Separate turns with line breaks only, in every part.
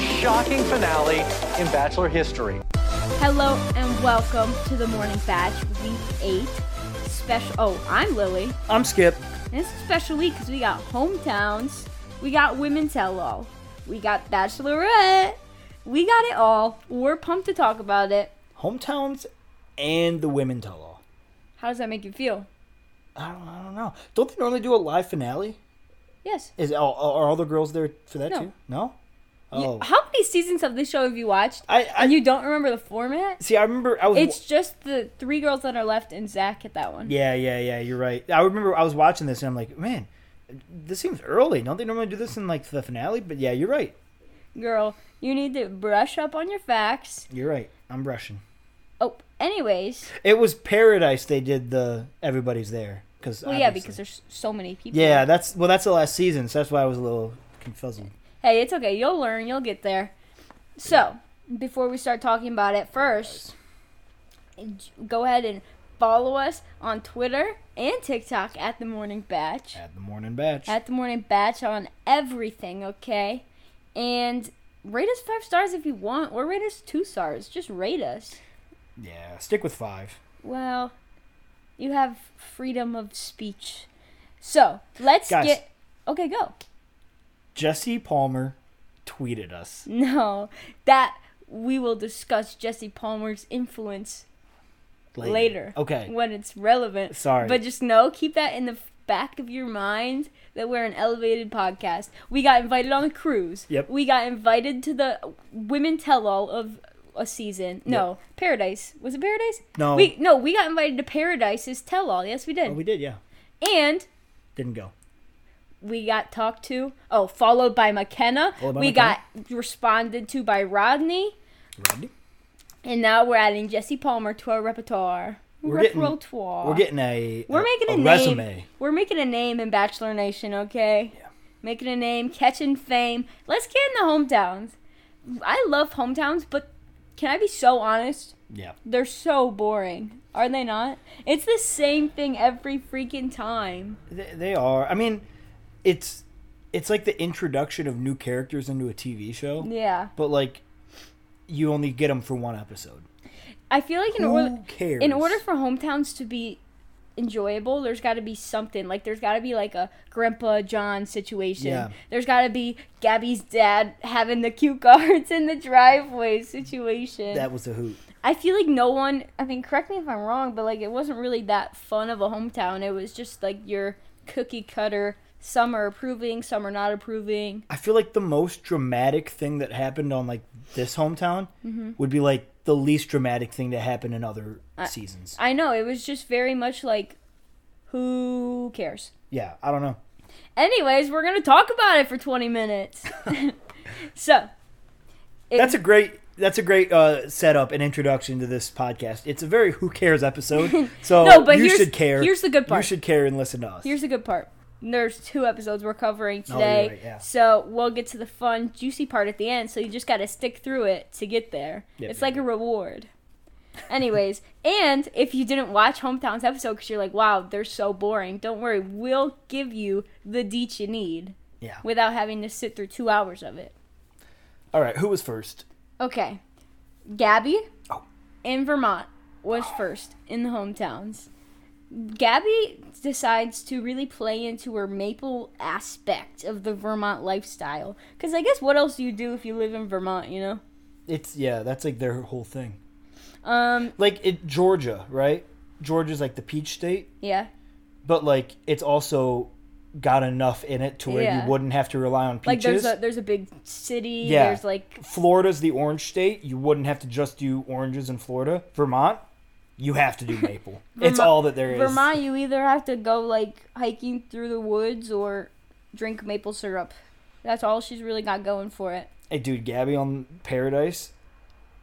season finale in Bachelor history.
Hello and welcome to the Morning Batch, Week 8. Special. Oh, I'm Lily.
I'm Skip.
And it's a special week because we got hometowns, we got women tell all, we got Bachelorette, we got it all. We're pumped to talk about it.
Hometowns and the women tell all.
How does that make you feel?
I don't, I don't know. Don't they normally do a live finale?
Yes.
Is all are all the girls there for that
No.
too? No.
You-
Oh,
How many seasons of this show have you watched?
I, I
and you don't remember the format?
see. I remember I was.
It's just the three girls that are left and Zach at that one.
yeah, yeah, yeah. You're right. I remember I was watching this and I'm like, man, this seems early. Don't they normally do this in like the finale? But yeah, you're right.
Girl, you need to brush up on your facts.
You're right. I'm brushing.
Oh, anyways.
It was Paradise. They did the everybody's there because.
Well, yeah, because there's so many people.
Yeah, that's well. That's the last season, so that's why I was a little confuzzled.
Hey, it's okay. You'll learn. You'll get there. So, before we start talking about it, first, go ahead and follow us on Twitter and TikTok at The Morning Batch.
At the morning batch.
At The Morning Batch on everything, okay? And rate us five stars if you want, or rate us two stars. Just rate us.
yeah, stick with five.
Well, you have freedom of speech. So, let's
Guys.
get. Okay, go.
Jesse Palmer tweeted us.
No, that we will discuss Jesse Palmer's influence later.
Okay.
When it's relevant.
Sorry.
But just know, keep that in the back of your mind that we're an elevated podcast. We got invited on a cruise.
Yep.
We got invited to the women tell all of a season. No, Paradise. Was it Paradise?
No.
We no, we got invited to Paradise's tell all. Yes, we did.
Oh, we did, yeah.
and
Didn't go.
we got talked to. Oh, followed by McKenna.
Followed by
we
McKenna.
got responded to by Rodney.
Rodney?
And now we're adding Jesse Palmer to our repertoire.
We're getting-
repertoire.
We're getting a
We're making a, name.
resume.
We're making a name in Bachelor Nation, okay?
Yeah.
Making a name, catching fame. Let's get in the hometowns. I love hometowns, but can I be so honest?
Yeah.
They're so boring. Are they not? It's the same thing every freaking time.
They, they are. I mean, it's it's like the introduction of new characters into a TV show,
Yeah.
but like you only get them for one episode.
I feel like in
Who
order
cares?
in order for hometowns to be enjoyable, there's got to be something. Like there's got to be like a Grandpa John situation.
Yeah.
There's got to be Gabby's dad having the cue cards in the driveway situation.
that was a hoot.
I feel like no one. I mean, correct me if I'm wrong, but like it wasn't really that fun of a hometown. It was just like your cookie cutter. Some are approving, some are not approving.
I feel like the most dramatic thing that happened on like this hometown would be like the least dramatic thing that happened in other seasons.
Mm-hmm. I know it was just very much like, who cares?
yeah, I don't know.
Anyways, we're gonna talk about it for 20 minutes. so, it-
That's a great. That's a great uh, setup and introduction to this podcast. It's a very who cares episode, so
No, but
you
here's-
should care.
here's the good
You
part.
should care and listen to us.
here's the good part. There's two episodes we're covering
Oh, you're
today,
right, yeah.
so we'll get to the fun, juicy part at the end. So you just gotta stick through it to get there.
Yep,
it's
yep,
like a reward. Anyways, and if you didn't watch Hometown's episode because you're like, wow, they're so boring, don't worry, we'll give you the deets you need
yeah.
without having to sit through two hours of it.
All right. Who was first?
Okay. Gabby
Oh.
in Vermont was first in the hometowns. Gabby decides to really play into her maple aspect of the Vermont lifestyle. Because I guess what else do you do if you live in Vermont, you know?
It's yeah. That's like their whole thing.
Um,
Like it, Georgia, right? Georgia's like the peach state,
yeah.
but like it's also got enough in it to where
Yeah.
you wouldn't have to rely on
Like
peaches.
there's a there's a big city,
Yeah.
there's like
Florida's the orange state. You wouldn't have to just do oranges in Florida. Vermont, you have to do maple. it's
Vermo-
all that there is.
Vermont you either have to go like hiking through the woods or drink maple syrup. That's all she's really got going for it.
Hey, dude, Gabby on Paradise,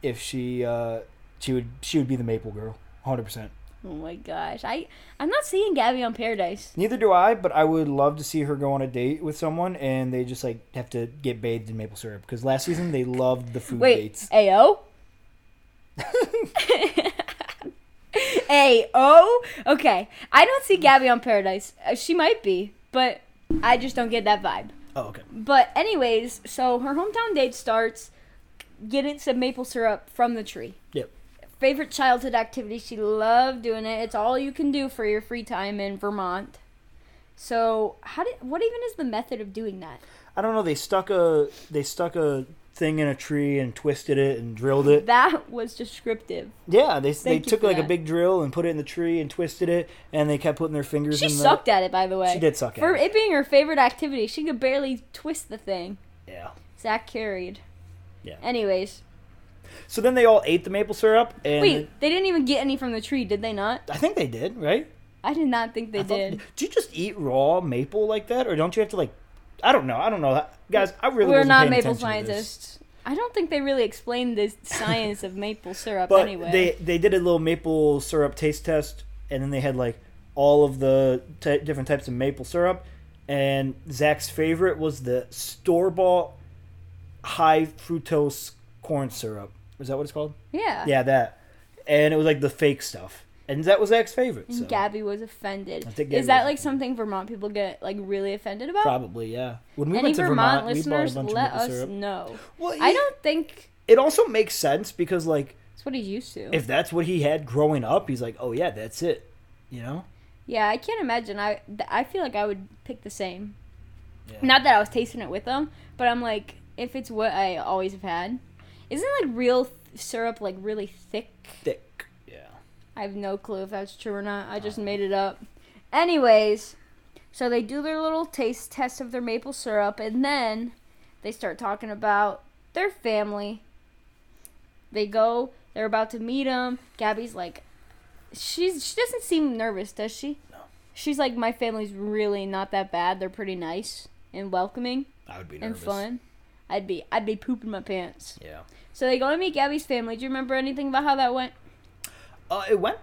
if she uh, she would she would be the Maple Girl, hundred percent.
Oh my gosh. I I'm not seeing Gabby on Paradise.
Neither do I, but I would love to see her go on a date with someone, and they just like have to get bathed in maple syrup because last season they loved the food
Wait,
dates.
AO? AO? Okay. I don't see Gabby on Paradise. Uh, She might be, but I just don't get that vibe.
Oh, okay.
But anyways, so her hometown date starts. getting some maple syrup from the tree.
Yep.
Favorite childhood activity. She loved doing it. It's all you can do for your free time in Vermont. So, how did what even is the method of doing that?
I don't know. They stuck a they stuck a thing in a tree and twisted it and drilled it.
That was descriptive.
yeah, they they
Thank you
took
for
like a
that.
big drill and put it in the tree and twisted it, and they kept putting their fingers.
She
in the,
sucked at it, by the way.
She did suck at
For
it.
it being her favorite activity, she could barely twist the thing.
Yeah.
Zach carried.
Yeah.
Anyways,
So then they all ate the maple syrup, and
wait, they didn't even get any from the tree, did they not?
I think they did, right?
I did not think they
I thought-
did.
Do you just eat raw maple like that, or don't you have to like? I don't know. I don't know, guys. I really
We're
wasn't
not
paying
maple
attention to this.
scientists. I don't think they really explained the science of maple syrup
But
anyway.
they they did a little maple syrup taste test, and then they had like all of the t- different types of maple syrup. And Zach's favorite was the store bought high fructose corn syrup. Is that what it's called?
yeah.
Yeah, that. And it was like the fake stuff, and that was Zach's favorite. So.
And Gabby was offended.
I think Gabby
Is that
was
like something Vermont people get like really offended about?
Probably, yeah. When we
Any
went to Vermont,
Vermont, listeners,
we bought a bunch
let
of maple
us
syrup.
know.
Well,
I
yeah,
don't think
It also makes sense because like
that's what he's used to.
if that's what he had growing up, he's like, oh yeah, that's it. You know.
Yeah, I can't imagine. I th- I feel like I would pick the same.
Yeah.
Not that I was tasting it with them, but I'm like, if it's what I always have had, isn't like real th- syrup like really thick?
Thick. Yeah.
I have no clue if that's true or not. I
Uh-huh.
just made it up. Anyways, so they do their little taste test of their maple syrup, and then they start talking about their family. They go. They're about to meet them. Gabby's like, she's she doesn't seem nervous, does she? No. She's like, my family's really not that bad. They're pretty nice and welcoming
I would be
and
nervous.
fun. I'd be I'd be pooping my pants.
Yeah.
So they go to meet Gabby's family. Do you remember anything about how that went?
Uh, it went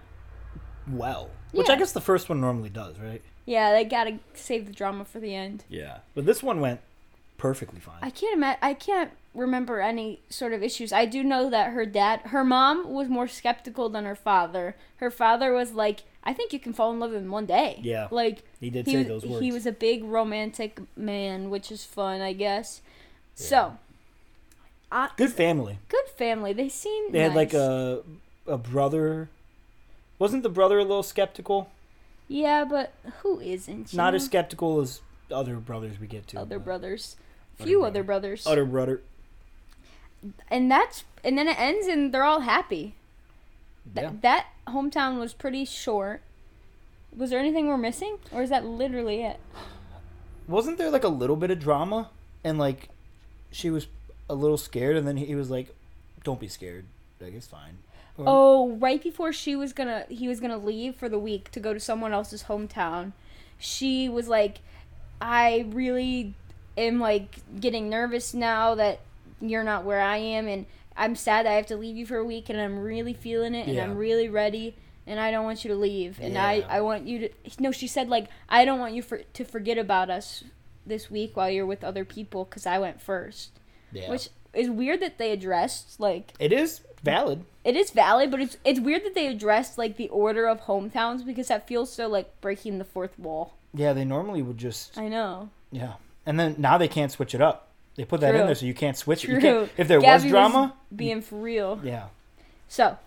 well, which I
Yeah.
guess the first one normally does, right?
Yeah, they gotta save the drama for the end.
Yeah. But this one went perfectly fine.
I can't imagine. I can't remember any sort of issues. I do know that her dad, her mom, was more skeptical than her father. Her father was like, "I think you can fall in love in one day."
Yeah.
like
He did
he
say
was,
those words.
He was a big romantic man, which is fun, I guess. So, I,
Good family.
good family. They seem
They had like
nice.
a a brother. Wasn't the brother a little skeptical?
yeah, but who isn't? you
Not as
know?
skeptical as other brothers we get to.
other
but-
brothers.
Other
Few
brother.
other brothers.
Other brother.
and that's and then it ends and they're all happy. Th-
Yeah.
That hometown was pretty short. Was there anything we're missing, or is that literally it?
wasn't there like a little bit of drama and like she was a little scared and then he was like don't be scared like it's fine Or-
Oh, right before she was gonna, he was gonna leave for the week to go to someone else's hometown. She was like, "I really am like getting nervous now that you're not where I am, and I'm sad that I have to leave you for a week, and I'm really feeling it, and
Yeah.
I'm really ready." And I don't want you to leave. And I,
Yeah.
I want you to. No, she said, like, I don't want you for, to forget about us this week while you're with other people because I went first.
yeah
Which is weird that they addressed, like,
it is valid
it is valid, but it's it's weird that they addressed like the order of hometowns because that feels so like breaking the fourth wall.
yeah they normally would just
I know.
yeah and then now they can't switch it up they put that
True.
in there so you can't switch it
True.
you can't, if there
Gabby
was drama
being for real.
yeah
So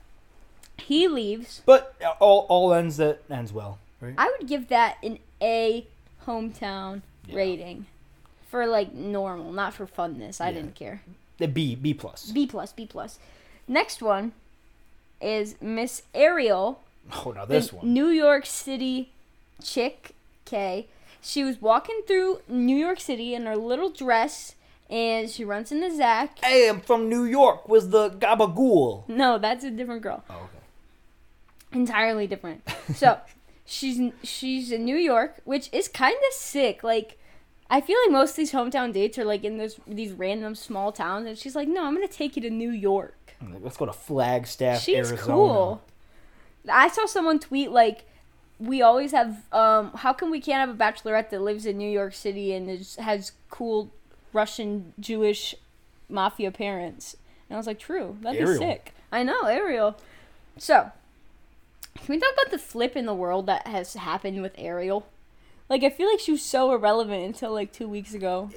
he leaves.
but all all ends that ends well right
I would give that an A hometown rating for like normal, not for funness. I
Yeah.
didn't care.
the b b plus
B plus, B plus. Next one is Miss Ariel
oh no
the
this one
New York City chick K. She was walking through New York City in her little dress and she runs into Zach.
hey i'm from new york was the gabagool
No, that's a different girl.
oh okay
Entirely different. So she's she's in New York, which is kind of sick. Like I feel like most of these hometown dates are like in those these random small towns, and she's like, "No, I'm gonna take you to New York."
I'm like, let's go to flagstaff
She's
arizona
cool. I saw someone tweet like, "We always have. Um, how come we can't have a bachelorette that lives in New York City and is, has cool Russian Jewish mafia parents?" And I was like, "True. That'd
Ariel.
be sick." I know Ariel. So, can we talk about the flip in the world that has happened with Ariel? Like, I feel like she was so irrelevant until like two weeks ago.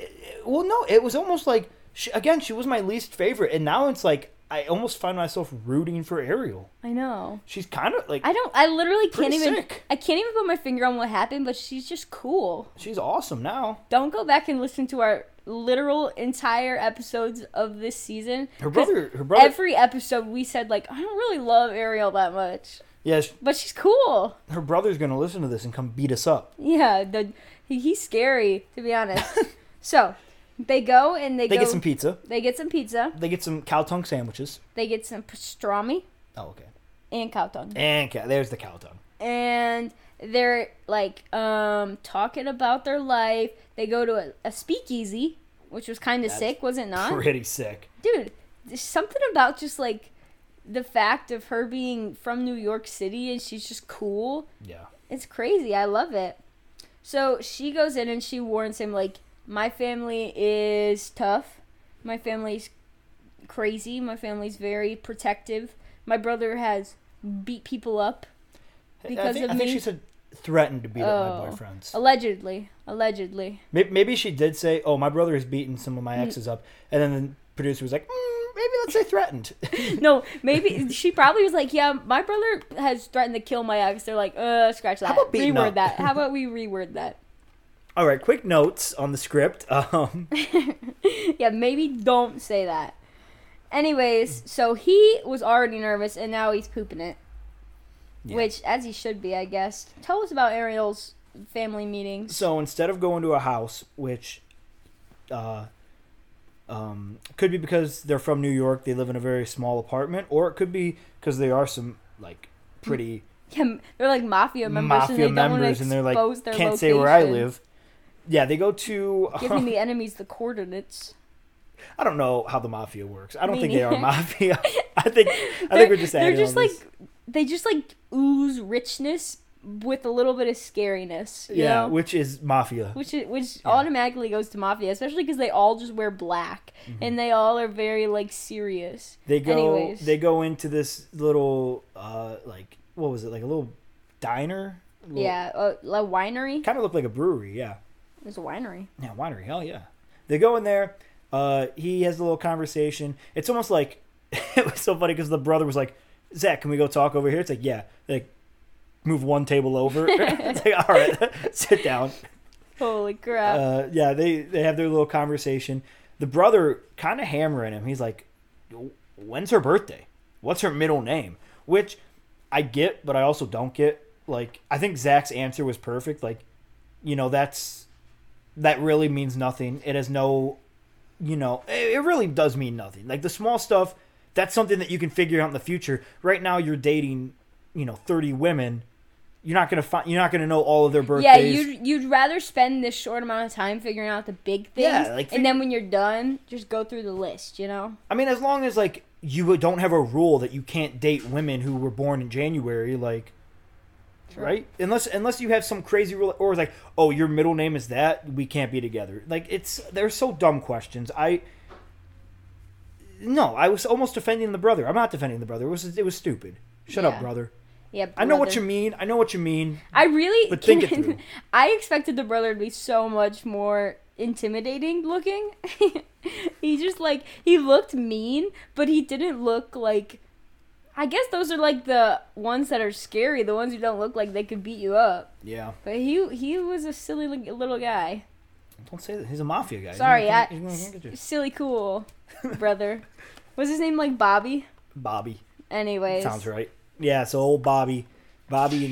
Well, no, it was almost like she, again, she was my least favorite, and now it's like I almost find myself rooting for Ariel.
I know.
She's kind of like
I don't. I literally can't
Pretty
even.
sick.
I can't even put my finger on what happened, but she's just cool.
she's awesome now.
Don't go back and listen to our literal entire episodes of this season.
Her
'cause
brother, her brother,
Every episode we said like I don't really love Ariel that much,
yeah, sh-
but she's cool.
her brother's gonna listen to this and come beat us up.
Yeah, the he, he's scary to be honest. so they go and they,
They
go.
get some pizza.
they get some pizza.
They get some cow tongue sandwiches.
They get some pastrami
Oh, okay.
and cow tongue,
And cow, there's the cow tongue.
and they're like um talking about their life. They go to a, a speakeasy, which was kind of
That's
sick, was it not?
Pretty sick.
dude there's something about just like the fact of her being from new york city and she's just cool
Yeah.
it's crazy i love it so she goes in and she warns him like my family is tough my family's crazy my family's very protective my brother has beat people up
I
Because
think,
of
I think
me?
she said threatened to beat up my
Oh.
boyfriends.
allegedly allegedly
Maybe, maybe she did say, "Oh, my brother has beaten some
Mm.
of my exes up," and then the producer was like, mm, "Maybe let's say threatened."
no maybe she probably was like yeah my brother has threatened to kill my ex they're like uh scratch that
about beating
reword
up?
that how about we reword that
All right, quick notes on the script. Um,
yeah, maybe don't say that. Anyways, so he was already nervous and now he's pooping it.
Yeah.
Which, as he should be, I guess. Tell us about Ariel's family meetings.
so instead of going to a house, which uh, um, could be because they're from New York, they live in a very small apartment, or it could be because they are some like pretty
Yeah, m- they're like mafia members and
mafia
they don't want
members,
to
and they're
expose
like,
their
"Can't say where I
location."
live." Yeah, they go to.
Giving the enemies the coordinates.
I don't know how the mafia works. I don't
Me
think they are
neither.
mafia. I think I think
They're-
we're just
They're
adding
just
on
like
this.
they just like ooze richness with a little bit of scariness. You
yeah,
know?
which is mafia.
which i- which automatically goes to mafia, especially because they all just wear black and they all are very like serious.
Mm-hmm. They go
Anyways.
they go into this little uh like what was it like a little diner? A little-
yeah, uh, a winery.
Kind of looked like a brewery, yeah.
There's a winery.
Yeah, winery, hell yeah. They go in there. Uh, he has a little conversation. It's almost like it was so funny because the brother was like, "Zach, can we go talk over here?" It's like, "Yeah." Like, move one table over. it's like, "All right, sit down."
Holy crap!
uh, yeah, they they have their little conversation. The brother kind of hammering him. He's like, "When's her birthday? What's her middle name?" Which I get, but I also don't get. Like, I think Zach's answer was perfect. Like, you know, that's that really means nothing. It has no, you know, it, it really does mean nothing. Like the small stuff, that's something that you can figure out in the future. Right now, you're dating, you know, thirty women. You're not gonna find. You're not gonna know all of their Uh, birthdays.
yeah, you'd you'd rather spend this short amount of time figuring out the big things,
Yeah, like, fig-
and then when you're done, just go through the list. You know?
I mean, as long as like you don't have a rule that you can't date women who were born in January, like, right? Unless unless you have some crazy rule, or it's like, oh, your middle name is that, we can't be together. Like, it's they're so dumb questions. I no, I was almost defending the brother. I'm not defending the brother. It was it was stupid. Shut
Yeah.
up, brother.
Yeah.
I know what
brother.
you mean. I know what you mean.
I really.
But think it
can-
through.
I expected the brother to be so much more intimidating looking. he just like he looked mean, but he didn't look like. I guess those are like the ones that are scary. The ones who don't look like they could beat you up.
Yeah.
But he he was a silly li- little guy.
Don't say that. He's a mafia guy. He's gonna
Sorry,
come-
I,
he's gonna come get you.
s- silly cool brother. was his name like Bobby?
Bobby.
Anyways,
Sounds right. Yeah, so old Bobby, Bobby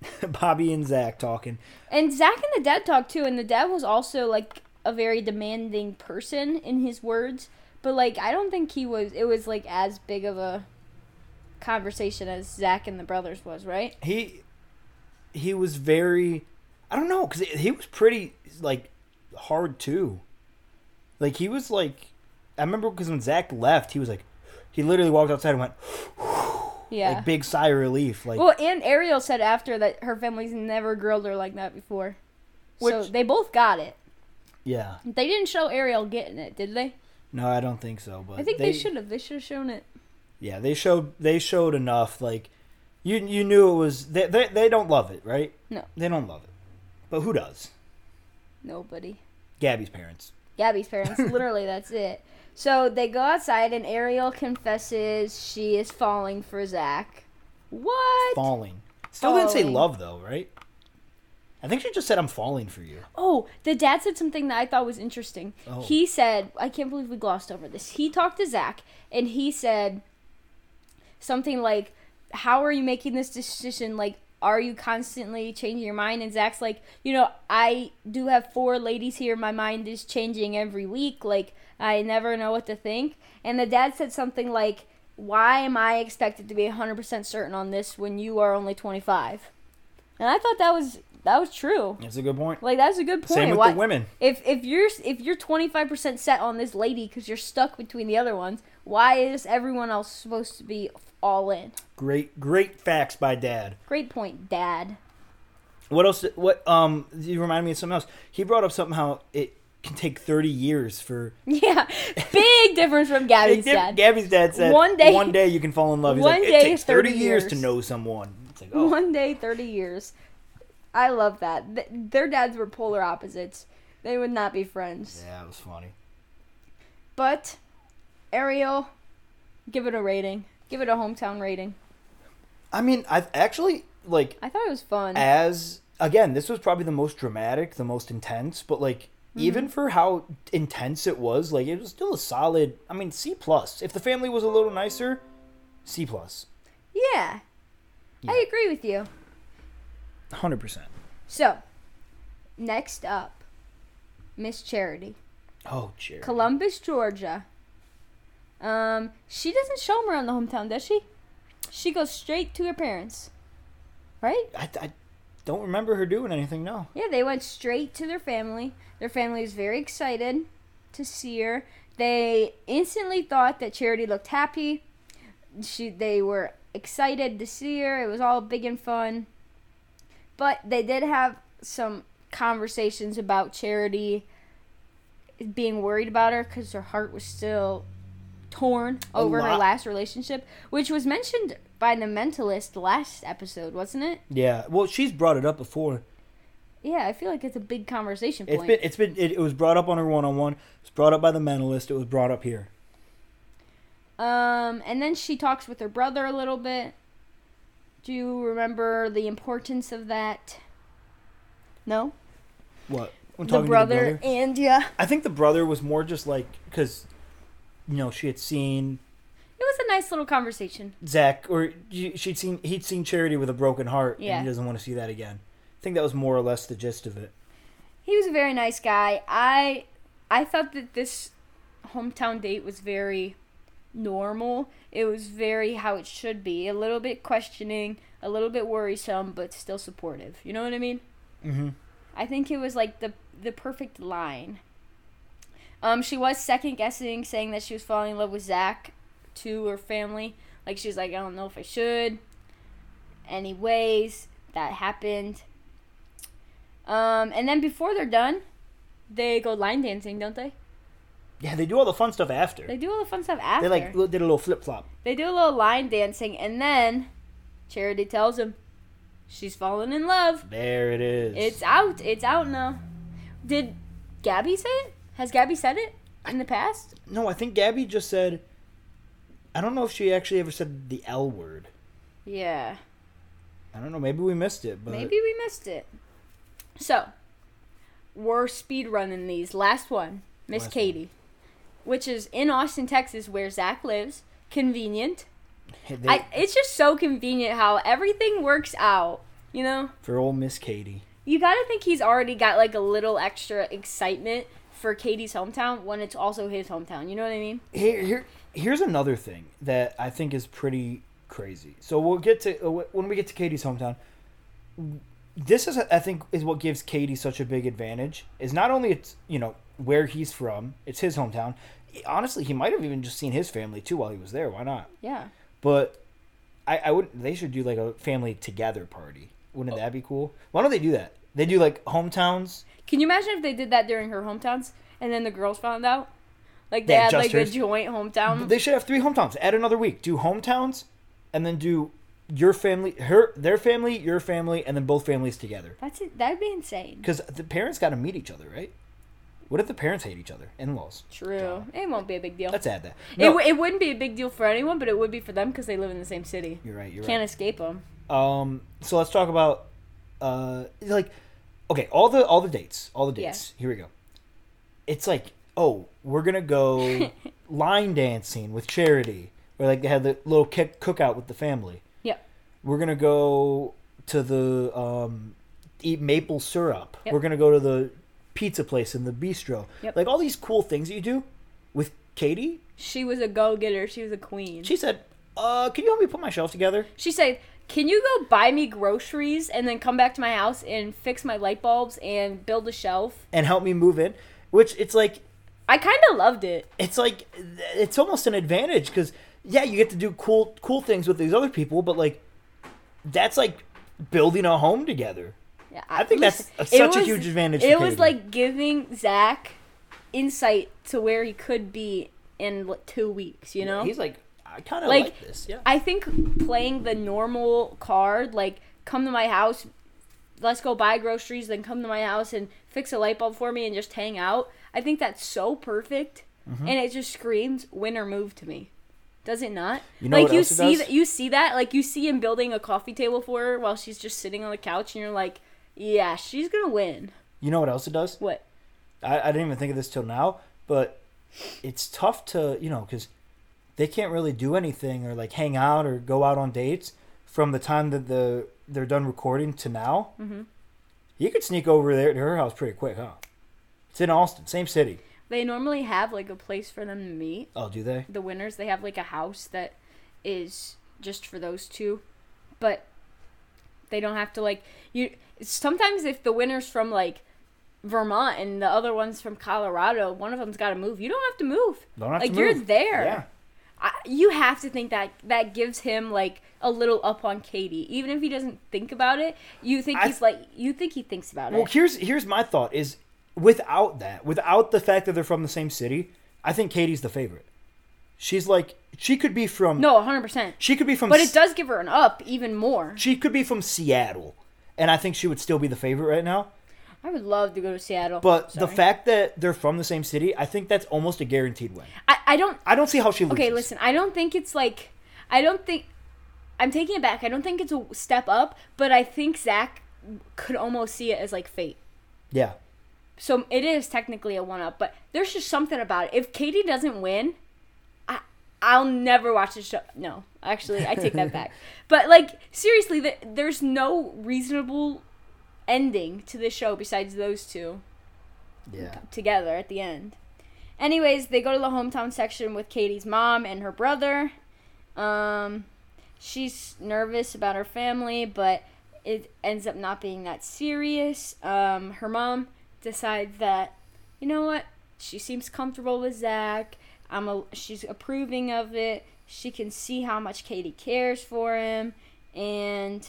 and Bobby and Zach talking.
And Zach and the dad talked too, and the dad was also like a very demanding person in his words, but like I don't think he was. It was like as big of a conversation as Zach and the brothers was, right?
He he was very I don't know cuz he was pretty like hard too. Like he was like I remember cuz when Zach left, he was like he literally walked outside and went
Yeah.
like big sigh of relief like
well, and Ariel said after that her family's never grilled her like that before, so
Which-
they both got it.
yeah.
They didn't show Ariel getting it, did they?
No, I don't think so, but
I think they should have. They should have shown it.
Yeah, they showed they showed enough like you you knew it was they they, they don't love it, right?
No.
They don't love it. But who does?
Nobody.
Gabby's parents.
Gabby's parents. Literally, that's it. So they go outside, and Ariel confesses she is falling for Zach. What?
Falling. Still didn't say
Falling.
love though, right? I think she just said I'm falling for you.
Oh, the dad said something that I thought was interesting.
Oh.
He said, I can't believe we glossed over this. He talked to Zach and he said something like, How are you making this decision? Like, are you constantly changing your mind? And Zach's like, You know, I do have four ladies here. My mind is changing every week. Like, I never know what to think. And the dad said something like, Why am I expected to be 100% certain on this when you are only 25? And I thought that was. That was true.
That's a good point.
Like that's a good point.
Same with
Why-
the women.
If if you're if you're twenty five percent set on this lady because you're stuck between the other ones, why is everyone else supposed to be all in?
Great, great facts by Dad.
Great point, Dad.
What else? What um? You remind me of something else. He brought up something how it can take 30 years for.
Yeah, big difference from Gabby's dad.
Gabby's dad said
One day-
one day you can fall in love. He's
One
like,
day,
it takes 30
30
years to
years."
know someone. It's like, oh,
One day, thirty years. I love that. Th- their dads were polar opposites. They would not be friends.
yeah, it was funny.
But Ariel, give it a rating. Give it a hometown rating.
I mean, I've actually like
I thought it was fun.
as again, this was probably the most dramatic, the most intense, but like even for how intense it was, like it was still a solid. I mean, C plus. If the family was a little nicer, C plus,
yeah, I agree with you.
hundred percent.
So, next up, Miss Charity,
Oh, cheer.
Columbus, Georgia. Um, she doesn't show 'em around the hometown, does she? She goes straight to her parents, right?
I, I don't remember her doing anything. No.
Yeah, they went straight to their family. Their family was very excited to see her. They instantly thought that Charity looked happy. She, they were excited to see her. It was all big and fun. But they did have some conversations about Charity being worried about her because her heart was still torn over her
lot.
last relationship, which was mentioned by the mentalist last episode, wasn't it?
Yeah. Well, she's brought it up before.
Yeah, I feel like it's a big conversation
It's
point.
been. It's been. It, it was brought up on her one on one. It was brought up by the mentalist. It was brought up here.
Um, and then she talks with her brother a little bit. Do you remember the importance of that? No,
What? I'm
the
talking to
brother, and yeah,
I think the brother was more just like because, you know, she had seen
it was a nice little conversation.
Zach or she- she'd seen he'd seen Charity with a broken heart
Yeah.
and he doesn't want to see that again. I think that was more or less the gist of it.
He was a very nice guy. I, I thought that this hometown date was very normal. It was very how it should be. A little bit questioning, a little bit worrisome, but still supportive. You know what I mean?
Mm-hmm.
I think it was like the the perfect line. Um, she was second guessing, saying that she was falling in love with Zach to her family. Like she was like, I don't know if I should. Anyways, that happened. Um, and then before they're done, they go line dancing, don't they?
Yeah, they do all the fun stuff after.
They
They,
do all the fun stuff after.
like li- did a little flip flop.
They do a little line dancing, and then Charity tells him she's fallen in love.
There it is.
It's out. It's out now. Did Gabby say it? Has Gabby said it in the past?
no, I think Gabby just said. I don't know if she actually ever said the L word.
Yeah.
I don't know. Maybe we missed it, but
Maybe we missed it. So, we're speed running these. Last one, Miss
Last
Katie, which is in Austin, Texas, where Zach lives. Convenient.
they-
I, it's just so convenient how everything works out. You know,
for old Miss Katie.
you gotta think he's already got like a little extra excitement for Katie's hometown when it's also his hometown. You know what I mean?
Here, here, here's another thing that I think is pretty crazy. So we'll get to uh, when we get to Katie's hometown. This is, I think, is what gives Katie such a big advantage. Is not only it's you know where he's from, it's his hometown. Honestly, he might have even just seen his family too while he was there. Why not?
Yeah.
But I, I would. They should do like a family together party. Wouldn't that be cool? Why don't they do that? They do like hometowns.
Can you imagine if they did that during her hometowns and then the girls found out? Like they
Yeah,
had
just
like
hers.
the joint hometown.
They should have three hometowns. Add another week. Do hometowns, and then do your family, her, their family, your family, and then both families together.
That's it. That'd be insane.
Because the parents got to meet each other, right? What if the parents hate each other? In laws.
True. It won't be a big deal.
Let's add that.
It,
No,
w- it wouldn't be a big deal for anyone, but it would be for them because they live in the same city.
you're right. You're right.
Can't escape them.
Um, so let's talk about uh, like okay, all the all the dates, all the
Yeah.
dates. Here we go. It's like oh, we're gonna go line dancing with charity, or like they had the little kick cookout with the family.
Yep.
We're gonna go to the um, eat maple syrup.
Yep.
We're gonna go to the pizza place in the bistro.
Yep.
Like all these cool things that you do with Katie.
She was a go getter. She was a queen. She,
She said, "Uh, can you help me put my shelf together?"
said, Can you go buy me groceries and then come back to my house and fix my light bulbs and build a shelf?
And help me move in, which it's like
I kind of loved it.
it's like it's almost an advantage because yeah, you get to do cool cool things with these other people, but like that's like building a home together.
Yeah,
I think that's
listen,
a-
it
such a huge advantage
It
for
was
Katie.
like giving Zach insight to where he could be in like, two weeks, you know?
He's like, I kind of like,
Like,
this. Yeah,
I think playing the normal card, like come to my house, let's go buy groceries, then come to my house and fix a light bulb for me and just hang out. I think that's so perfect,
Mm-hmm.
and it just screams winner move to me. Does it not?
You know
like
what
you
else it
see
does?
that you see that like you see him building a coffee table for her while she's just sitting on the couch, and you're like, yeah, she's gonna win.
you know what else it does?
What?
I, I didn't even think of this till now, but it's tough to you know because they can't really do anything or like hang out or go out on dates from the time that the they're done recording to now. Mm-hmm. You could sneak over there to her house pretty quick, huh? It's in Austin, same city.
They normally have like a place for them to meet.
Oh, do they?
the winners they have like a house that is just for those two but they don't have to like you sometimes if the winners from like Vermont and the other ones from Colorado one of them's got to move you don't have to move
Don't have
like
to
you're
move.
there
Yeah.
I, you have to think that that gives him like a little up on Katie even if he doesn't think about it you think
I-
he's like you think he thinks about
Well,
it
here's here's my thought is without that, without the fact that they're from the same city, I think Katie's the favorite. She's like she could be from
no 100%
she could be from
but it
S-
does give her an up even more
she could be from Seattle, and I think she would still be the favorite right now.
I would love to go to Seattle
But the
Sorry.
fact that they're from the same city, I think that's almost a guaranteed win.
I, I don't
I don't see how she loses.
Okay, listen. I don't think it's like. I don't think. I'm taking it back. I don't think it's a step up, but I think Zach could almost see it as like fate.
Yeah,
So it is technically a one up, but there's just something about it. If Katie doesn't win, I I'll never watch the show. No, actually, I take that back. But like seriously, th- there's no reasonable ending to this show besides those two
yeah.
together at the end. Anyways, they go to the hometown section with Katie's mom and her brother. Um, she's nervous about her family, but it ends up not being that serious. Um, her mom decides that, you know what, she seems comfortable with Zach. I'm a, she's approving of it. She can see how much Katie cares for him, and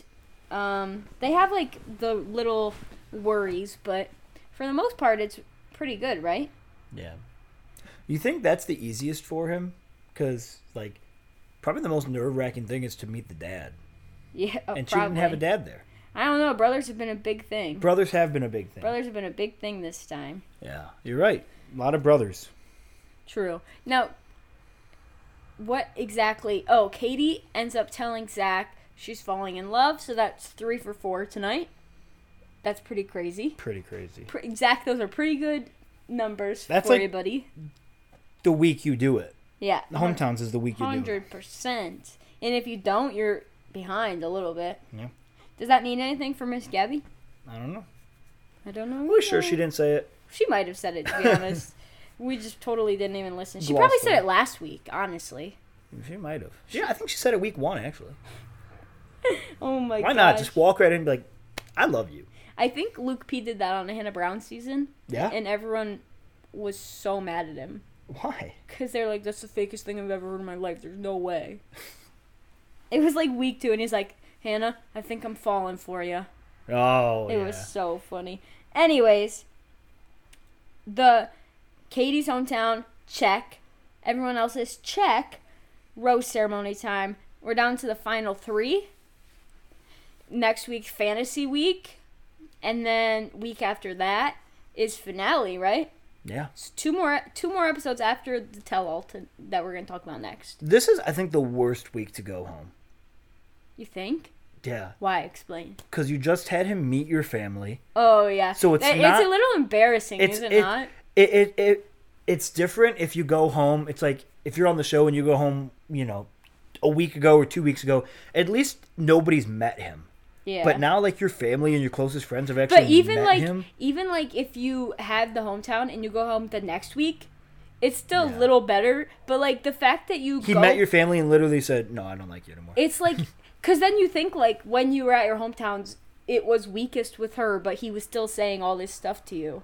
um, they have like the little worries, but for the most part, it's pretty good, right?
Yeah. You think that's the easiest for him? Because, like, probably the most nerve wracking thing is to meet the dad.
Yeah, oh,
And she
probably.
didn't have a dad there.
I don't know. Brothers have been a big thing.
Brothers have been a big thing.
Brothers have been a big thing this time.
Yeah, you're right. A lot of brothers.
True. Now, what exactly? Oh, Katie ends up telling Zach she's falling in love, so that's three for four tonight. That's pretty crazy.
Pretty crazy.
Pre- Zach, those are pretty good numbers
That's
for
like-
you, buddy.
The week you do it.
Yeah,
The hometowns is the week you do it.
hundred percent. And if you don't, you're behind a little bit.
Yeah.
Does that mean anything for Miss Gabby?
I don't know.
I don't know.
We're sure she didn't say it.
She might have said it to be honest. We just totally didn't even listen. She
Glossed
probably said
over.
it last week, honey.
She might have. Yeah, I think she said it week one, actually.
Oh my god.
Why not? Just walk right in and be like, I love you.
I think Luke P did that on a Hannah Brown season
Yeah?
and everyone was so mad at him
Why?
cuz they're like that's the fakest thing I've ever heard in my life. There's no way. it was like week 2 and he's like, "Hannah, I think I'm falling for you."
Oh,
It
yeah.
was so funny. Anyways, the Katie's hometown check. Everyone else's check. Rose ceremony time. We're down to the final three. Next week, fantasy week, and then week after that is finale, right?
Yeah.
It's two more two more episodes after the tell all to, that we're gonna talk about next.
This is, I think, the worst week to go home.
You think?
Yeah.
Why? Explain.
Because you just had him meet your family.
Oh yeah.
So it's
That-
not-
it's a little embarrassing,
It's
is it,
it-
not?
It, it, it, it's different if you go home. It's like if you're on the show and you go home, you know, a week ago or two weeks ago, at least nobody's met him.
Yeah.
But now, like, your family and your closest friends have actually
But even
met
like
him.
even like if you had the hometown and you go home the next week, it's still a little better. But like the fact that you
He
go,
met your family and literally said, no, I don't like you anymore.
it's like because then you think like when you were at your hometowns, it was weakest with her, but he was still saying all this stuff to you.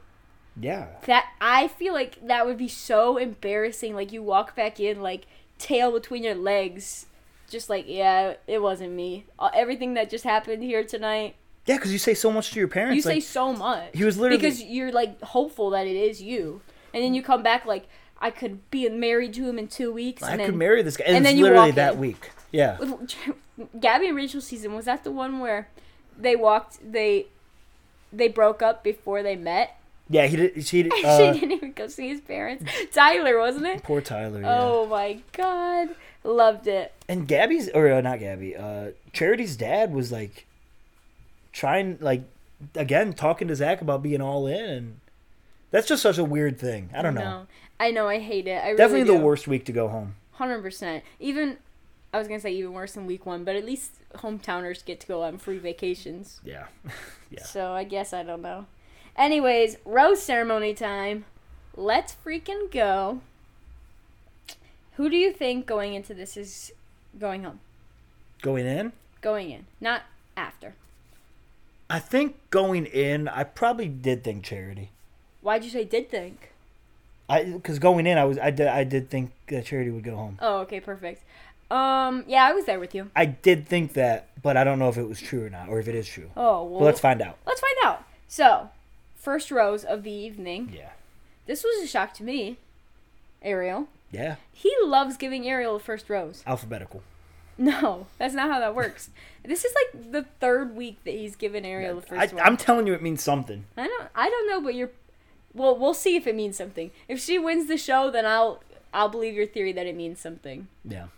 yeah.
That I feel like that would be so embarrassing. Like you walk back in like tail between your legs, just like yeah, it wasn't me. Uh, Everything that just happened here tonight.
Yeah, because you say so much to your parents.
you say
like,
so much.
he was literally-
because you're like hopeful that it is you, and then you come back like I could be married to him in two weeks.
I
and
could
then,
marry this guy. And,
and
it's
then you
literally
walk
that
in.
week. Yeah.
With, Gabby and Rachel season was that the one where they walked they they broke up before they met.
Yeah, he did. She did.
she
Uh,
didn't even go see his parents. Tyler wasn't it?
poor Tyler. Yeah.
Oh my god, loved it.
And Gabby's, or uh, not Gabby, uh, Charity's dad was like trying, like, again, talking to Zach about being all in. And that's just such a weird thing. I don't know.
No. I know I hate it. I really
Definitely the
do.
worst week to go home.
Hundred percent. Even I was gonna say even worse than week one, but at least hometowners get to go on free vacations.
Yeah. Yeah.
So I guess I don't know. Anyways, rose ceremony time. Let's freaking go. Who do you think going into this is going home?
Going in?
Going in, not after.
I think going in, I probably did think Charity.
Why'd you say did think?
I because going in, I was I did I did think that Charity would go home.
Oh, okay, perfect. Um, yeah, I was there with you.
I did think that, but I don't know if it was true or not, or if it is true.
Oh, well,
But let's find out.
let's find out. So, first rose of the evening.
Yeah.
This was a shock to me. Ariel.
Yeah.
He loves giving Ariel the first rose.
Alphabetical.
No, that's not how that works. this is like the third week that he's given Ariel the
I,
first one.
I'm telling you, it means something.
I don't I don't know, but you're well, we'll see if it means something. If she wins the show, then I'll I'll believe your theory that it means something.
Yeah.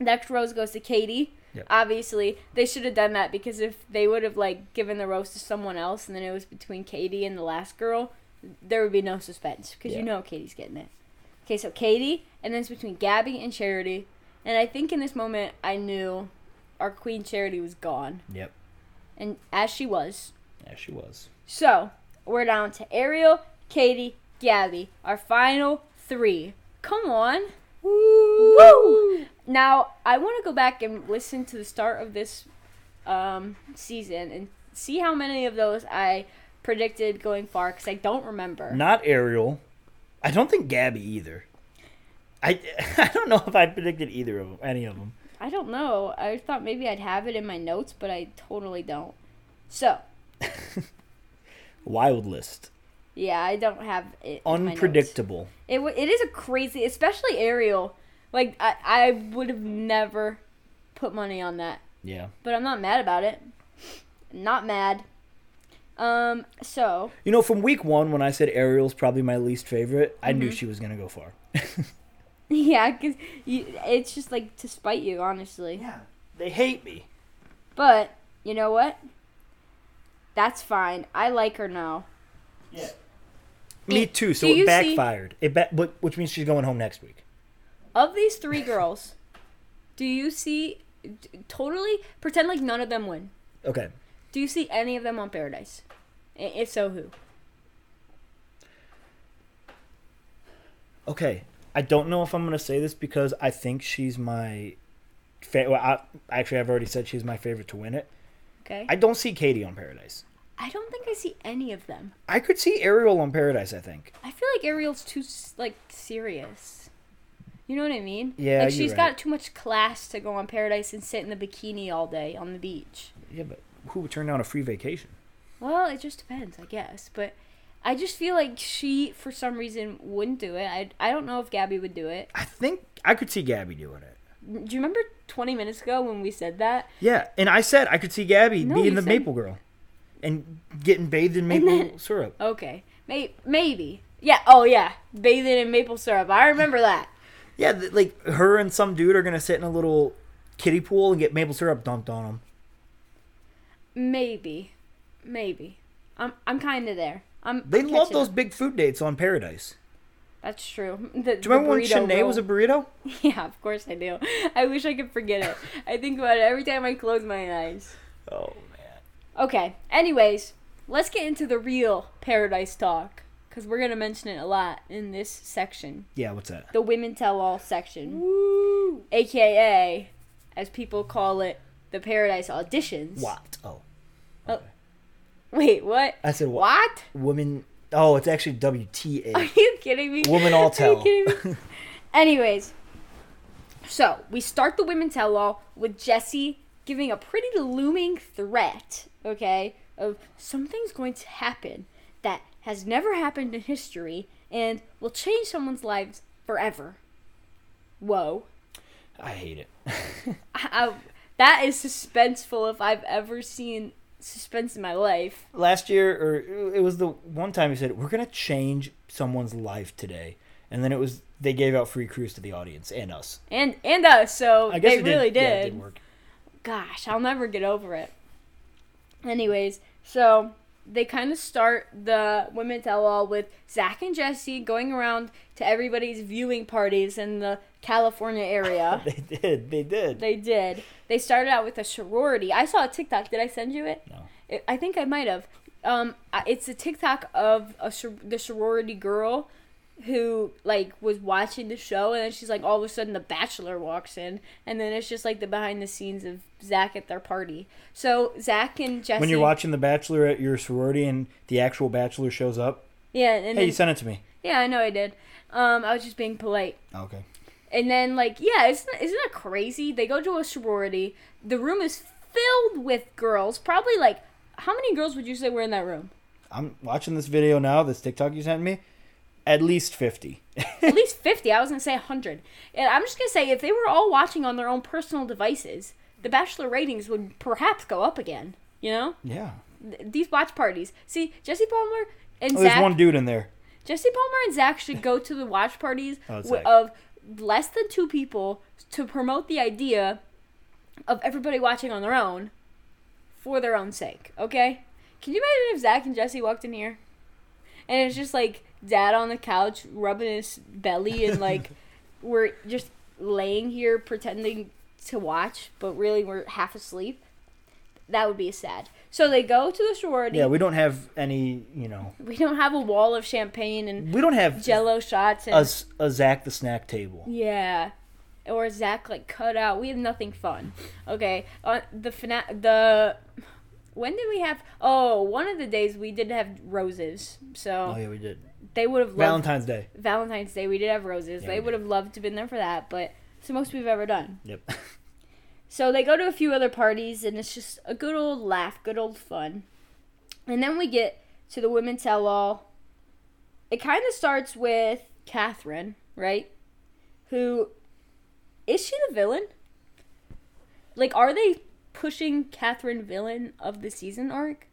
Next rose goes to Katie.
Yep.
Obviously, they should have done that because if they would have like given the rose to someone else and then it was between Katie and the last girl, there would be no suspense because
Yeah.
you know Katie's getting it. Okay, so Katie, and then it's between Gabby and Charity. And I think in this moment I knew our queen Charity was gone,
Yep.
and as she was,
Yeah, she was.
so we're down to Ariel, Katie, Gabby. Our final three. Come on. Woo! Now I want to go back and listen to the start of this um, season and see how many of those I predicted going far because I don't remember.
Not Ariel. I don't think Gabby either. I I don't know if I predicted either of them, any of them.
I don't know. I thought maybe I'd have it in my notes, but I totally don't. So
Wild list.
yeah, I don't have it. in my notes.
Unpredictable.
It, w- it is a crazy, especially Ariel. Like I, I would have never put money on that,
Yeah.
but I'm not mad about it. Not mad. Um. So
You know, from week one, when I said Ariel's probably my least favorite, I
Mm-hmm.
knew she was gonna go far.
yeah, cause you, it's just like to spite you, honestly.
yeah, they hate me.
But you know what? That's fine. I like her now.
Yeah. Me too. So
do
it
you see-
backfired. It ba- but which means she's going home next week.
Of these three girls, do you see? d- Totally pretend like none of them win.
Okay.
Do you see any of them on Paradise? I- If so, who?
Okay. I don't know if I'm gonna say this because I think she's my. Fa- well, I, actually, I've already said she's my favorite to win it.
Okay.
I don't see Katie on Paradise.
I don't think I see any of them.
I could see Ariel on Paradise. I think.
I feel like Ariel's too s- like serious. You know what I mean?
Yeah,
Like
you're
she's
right.
got too much class to go on Paradise and sit in the bikini all day on the beach.
Yeah, but who would turn down a free vacation?
Well, it just depends, I guess. But I just feel like she, for some reason, wouldn't do it. I, I don't know if Gabby would do it.
I think I could see Gabby doing it.
Do you remember 20 minutes ago when we said that?
Yeah, and I said I could see Gabby
No,
being
you
the
said-
maple girl, and getting bathed in maple
then-
syrup.
Okay. May- maybe. Yeah. Oh yeah. Bathing in maple syrup. I remember that.
Yeah, th- like her and some dude are gonna sit in a little kiddie pool and get maple syrup dumped on them.
Maybe. Maybe. I'm I'm kind of there. I'm.
They
I'm
love
catching
those
up.
big food dates on Paradise.
That's true. The,
Do you remember when Shanae was a burrito?
Yeah, of course I do. I wish I could forget it. I think about it every time I close my eyes.
Oh man.
Okay. Anyways, let's get into the real paradise talk because we're gonna mention it a lot in this section,
Yeah, what's that?
the women tell all section, aka, as people call it, the paradise auditions.
What? Oh,
Wait, what?
I said what?
What?
Women. Oh, it's actually WTA.
Are you kidding me?
Women all
Are you
tell.
kidding me? Anyways, so we start the women tell all with Jesse giving a pretty looming threat, okay, of something's going to happen that has never happened in history and will change someone's lives forever. Whoa.
I hate it.
I, that is suspenseful if I've ever seen suspense in my life.
Last year, or it was the one time he said, "We're gonna change someone's life today," and then it was they gave out free cruise to the audience and us.
And and us, so
I guess
they
it
really
did. Yeah, it did work.
gosh, I'll never get over it. Anyways, so they kind of start the women tell all with Zach and Jesse going around to everybody's viewing parties in the California area.
They did. They did.
they did. They started out with a sorority. I saw a TikTok. Did I send you it?
No.
It- I think I might have. Um, I- it's a TikTok of a sor- the sorority girl who like was watching the show, and then she's like, all of a sudden, the Bachelor walks in, and then it's just like the behind the scenes of Zach at their party. So Zach and Jesse.
when you're watching The Bachelor at your sorority and the actual bachelor shows up,
yeah, and
hey,
then-
you sent it to me.
yeah, I know I did. Um, I was just being polite.
Okay.
And then, like, yeah, isn't isn't that crazy? They go to a sorority. The room is filled with girls. Probably like, how many girls would you say were in that room?
I'm watching this video now. This TikTok you sent me, at least fifty.
At least fifty. I was gonna say hundred. And I'm just gonna say if they were all watching on their own personal devices, the Bachelor ratings would perhaps go up again. You know,
yeah.
Th- these watch parties. See, Jesse Palmer and
Oh,
Zach.
there's one dude in there.
Jesse Palmer and Zach should go to the watch parties
Oh,
w-
Zach.
of less than two people to promote the idea of everybody watching on their own for their own sake. Okay? Can you imagine if Zach and Jesse walked in here and it's just like dad on the couch rubbing his belly and like we're just laying here pretending to watch, but really we're half asleep? That would be sad. So they go to the sorority.
Yeah, we don't have any. You know,
we don't have a wall of champagne and
we don't have
jello shots and
a, s- a Zach the snack table.
yeah or zach like cut out we have nothing fun okay on the fina- the when did we have oh one of the days we did have roses so
Oh yeah, we did
they would have loved
Valentine's Day.
valentine's day we did have roses
Yeah,
they
we
would have loved to been there for that but it's the most we've ever done
Yep.
so they go to a few other parties and it's just a good old laugh good old fun and then we get to the women tell all it kind of starts with catherine right who is she the villain like are they pushing catherine villain of the season arc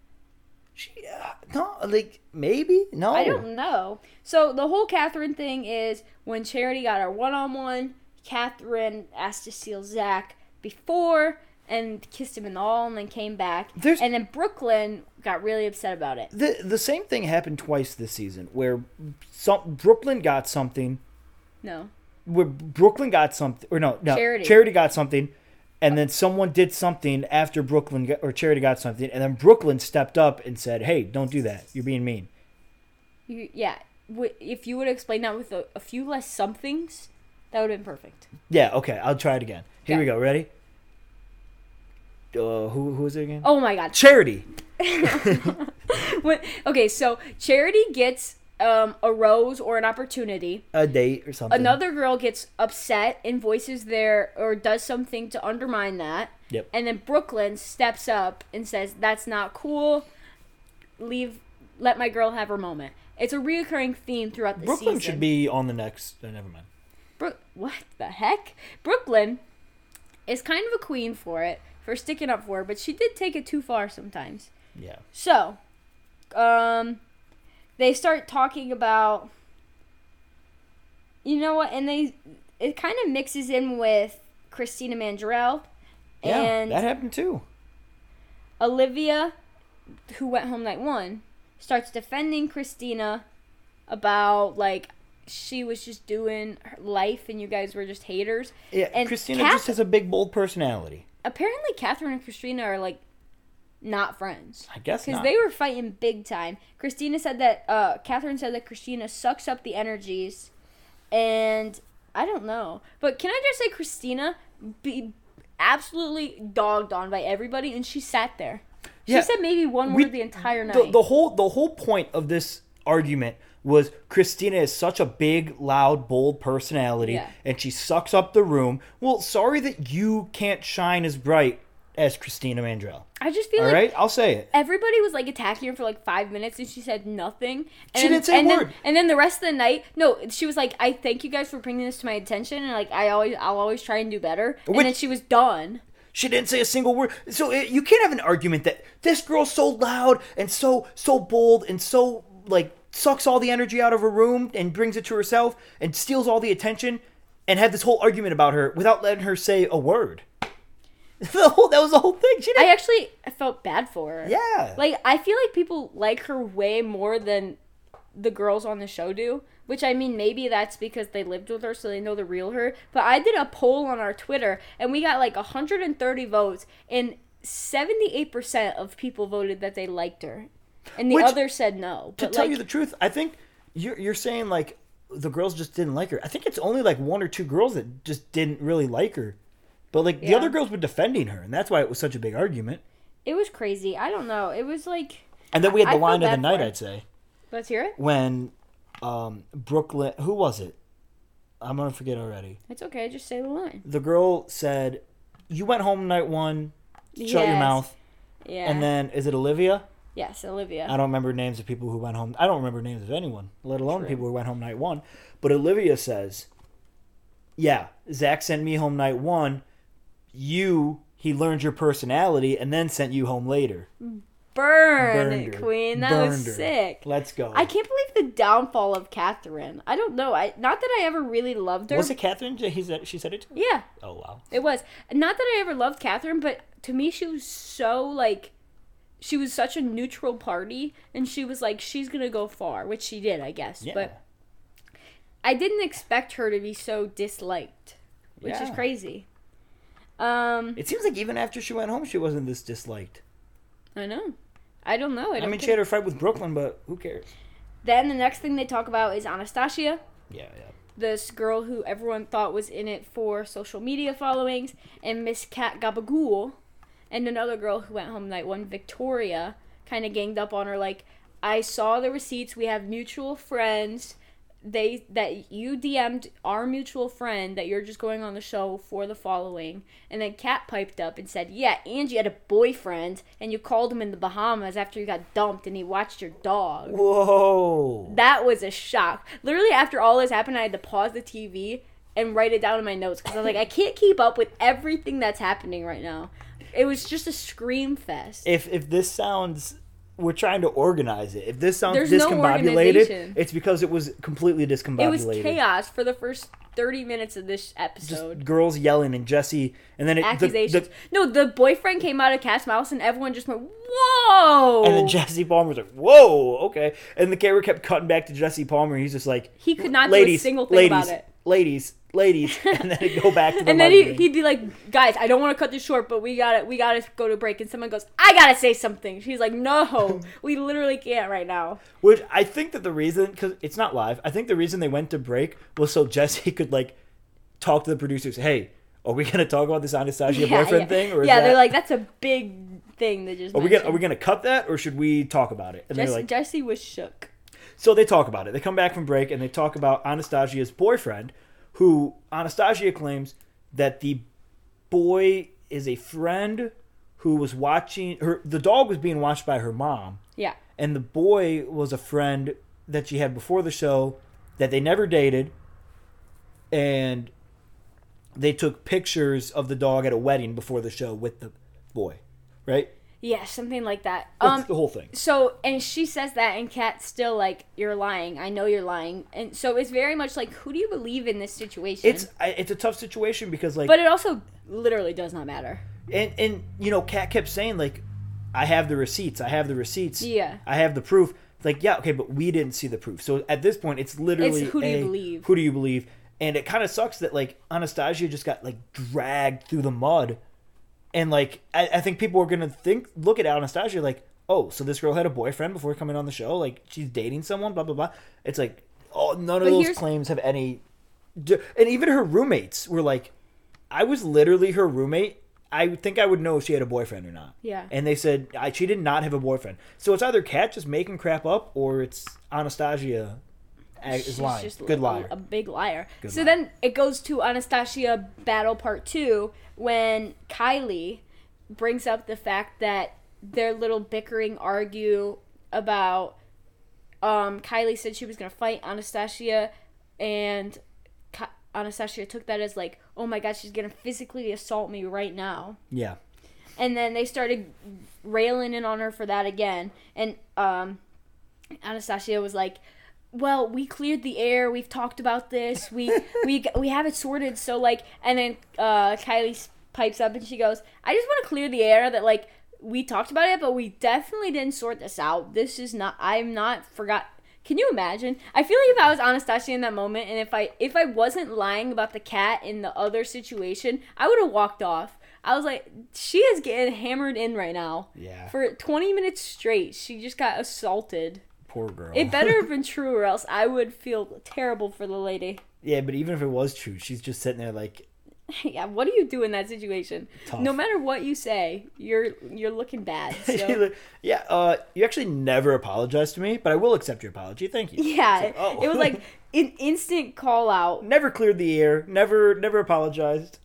She, uh, no, like maybe no.
I don't know. So the whole Catherine thing is when Charity got her one on one, Catherine asked to steal Zach before and kissed him in the hall and then came back.
There's-
and then Brooklyn got really upset about it.
The the same thing happened twice this season where some Brooklyn got something
No.
where Brooklyn got something, or no, no,
Charity.
got something, and then someone did something after Brooklyn got, or Charity got something, and then Brooklyn stepped up and said, "Hey, don't do that. You're being mean."
You, yeah. W- if you would explain that with a, a few less somethings, that would have been perfect.
Yeah, okay, I'll try it again. Here we
Okay.
go. Ready? Uh, who who was it again?
Oh my God.
Charity.
When- okay, so Charity gets um, a rose or an opportunity.
A date or something.
another girl gets upset and voices their or does something to undermine that
Yep.
and then brooklyn steps up and says that's not cool leave let my girl have her moment it's a reoccurring theme throughout the
Brooklyn
season
should be on the next. Oh, never mind.
Brook, what the heck? Brooklyn is kind of a queen for it, for sticking up for her, but she did take it too far sometimes.
Yeah.
So, um, they start talking about you know what and they it kind of mixes in with christina mandrell
Yeah,
and
that happened too.
olivia who went home night one starts defending christina about like she was just doing her life and you guys were just haters
Yeah,
and
Christina
Kath-
just has a big bold personality.
apparently catherine and christina are like not friends
I guess
because
not.
they were fighting big time. Christina said that uh, Catherine said that Christina sucks up the energies, and I don't know. But can I just say Christina be absolutely dogged on by everybody, and she sat there.
Yeah.
She said maybe one
We-
word the entire night.
the, the whole the whole point of this argument was Christina is such a big, loud, bold personality,
Yeah.
and she sucks up the room. Well, sorry that you can't shine as bright as Christina Mandrell.
I just feel
All
like
right, I'll say it.
everybody was like attacking her for like five minutes and she said nothing. And
She
then-
didn't say a
and then-
word.
and then the rest of the night, no, she was like, "I thank you guys for bringing this to my attention, and like I always, I'll always try and do better."
Which-
and then she was done.
She didn't say a single word. So uh, you can't have an argument that this girl's so loud and so so bold and so like sucks all the energy out of her room and brings it to herself and steals all the attention and have this whole argument about her without letting her say a word. the whole, that was the whole thing. She
I
didn't.
actually felt bad for her.
yeah.
Like I feel like people like her way more than the girls on the show do. Which I mean, maybe that's because they lived with her, so they know the real her. But I did a poll on our Twitter, and we got like 130 votes, and 78% of people voted that they liked her, and the
Which-
other said no.
to
But
tell
like,
you the truth, I think you're you're saying like the girls just didn't like her. I think it's only like one or two girls that just didn't really like her. But like the
Yeah.
other girls were defending her, and that's why it was such a big argument.
it was crazy. I don't know. It was like,
And then we had
I
the
feel
line of
bad
the
for
night,
her.
I'd say,
let's hear it.
when um, Brooklyn, who was it? I'm gonna forget already.
It's okay. Just say the line.
The girl said, "You went home night one, shut your
Yes. Uh-huh.
mouth."
Yeah.
And then is it Olivia?
yes, Olivia.
I don't remember names of people who went home. I don't remember names of anyone, let alone people who went home night one. But Olivia says, "Yeah, Zach sent me home night one. You, he learned your personality, and then sent you home later.
Burn,
Burned her.
Queen. That was
Burned her.
sick.
Let's go."
I can't believe the downfall of Catherine. I don't know. I not that I ever really loved her.
was it Catherine? He said she said it. To?
Yeah,
Oh wow.
it was. Not that I ever loved Catherine, but to me she was so like she was such a neutral party and she was like she's going to go far, which she did, I guess.
Yeah.
But I didn't expect her to be so disliked, which is
Yeah.
crazy. Um
It seems like even after she went home, she wasn't this disliked.
I know. I don't know. I,
I
don't
mean, she
think-
had her fight with Brooklyn, but who cares?
Then the next thing they talk about is Anastasia.
Yeah, yeah.
this girl who everyone thought was in it for social media followings, and Miss Kat Gabagool, and another girl who went home night one, Victoria, kind of ganged up on her like, I saw the receipts. We have mutual friends. They that you DM'd our mutual friend that you're just going on the show for the following, and then Kat piped up and said, "Yeah, Angie had a boyfriend, and you called him in the Bahamas after you got dumped, and he watched your dog."
Whoa.
That was a shock. Literally, after all this happened, I had to pause the TV and write it down in my notes because I was like, I can't keep up with everything that's happening right now. It was just a scream fest.
If if this sounds, we're trying to organize it. If this sounds
There's no
discombobulated,
organization.
it's because it was completely discombobulated.
It was chaos for the first 30 minutes of this episode.
Just girls yelling and Jesse, and then it, the- the-
Accusations. no, the boyfriend came out of Cat's mouth and everyone just went, Whoa!
and then Jesse Palmer was like, "Whoa, okay." And the camera kept cutting back to Jesse Palmer. He's just like,
He could not do a
ladies,
single thing
ladies,
about it."
Ladies, ladies, and then it go back to the
and then he,
argument.
he'd be like, "Guys, I don't want to cut this short, but we gotta we gotta go to break." And someone goes, "I gotta say something." She's like, "No, we literally can't right now."
Which I think that the reason, because it's not live, I think the reason they went to break was so Jesse could like talk to the producers. Hey, are we gonna talk about this Anastasia boyfriend
yeah.
thing? Or is
yeah,
that-
they're like, that's a big thing. They just
are we gonna are we
mentioned."
gonna cut that or should we talk about it? And
Jesse,
they're like,
Jesse was shook.
so they talk about it. They come back from break and they talk about Anastasia's boyfriend, who Anastasia claims that the boy is a friend who was watching her. The dog was being watched by her mom.
Yeah,
and the boy was a friend that she had before the show that they never dated and they took pictures of the dog at a wedding before the show with the boy right
Yeah, something like that.
That's
Um,
the whole thing.
so and she says that and Kat's still like, You're lying, I know you're lying. And so it's very much like who do you believe in this situation?
It's I, it's a tough situation because like
but it also literally does not matter.
and and you know Kat kept saying like I have the receipts, I have the receipts,
Yeah.
I have the proof. It's like yeah, okay, but we didn't see the proof. So at this point, it's literally
It's who do you
a,
believe.
Who do you believe? And it kind of sucks that like Anastasia just got like dragged through the mud, and like I, I think people are gonna think look at Anastasia like oh so this girl had a boyfriend before coming on the show like she's dating someone blah blah blah. It's like oh none of
But
those
here's-
claims have any, d- and even her roommates were like I was literally her roommate. I would think I would know if she had a boyfriend or not.
Yeah.
And they said I, she did not have a boyfriend. So it's either Kat just making crap up or it's Anastasia a- is
She's
lying.
just
Good
a-
liar.
A big liar. so
liar.
then it goes to Anastasia Battle Part 2 when Kylie brings up the fact that their little bickering argue about um, Kylie said she was going to fight Anastasia and Ki- Anastasia took that as like, "Oh my god, she's going to physically assault me right now."
yeah.
and then they started railing in on her for that again and um anastasia was like well we cleared the air we've talked about this we we we have it sorted so like and then uh kylie s- pipes up and she goes i just want to clear the air that like we talked about it but we definitely didn't sort this out this is not i'm not forgot can you imagine? I feel like if I was Anastasia in that moment, and if I if I wasn't lying about the cat in the other situation, I would have walked off. I was like, she is getting hammered in right now.
Yeah.
For 20 minutes straight, she just got assaulted.
Poor girl.
It better have been true, or else I would feel terrible for the lady.
yeah, but even if it was true, she's just sitting there like
yeah, what do you do in that situation?
Tough.
No matter what you say, you're you're looking bad. So.
Yeah, uh, you actually never apologized to me, but I will accept your apology. Thank you.
yeah,
It's like, oh.
it was like an instant call out.
never cleared the air, never never apologized.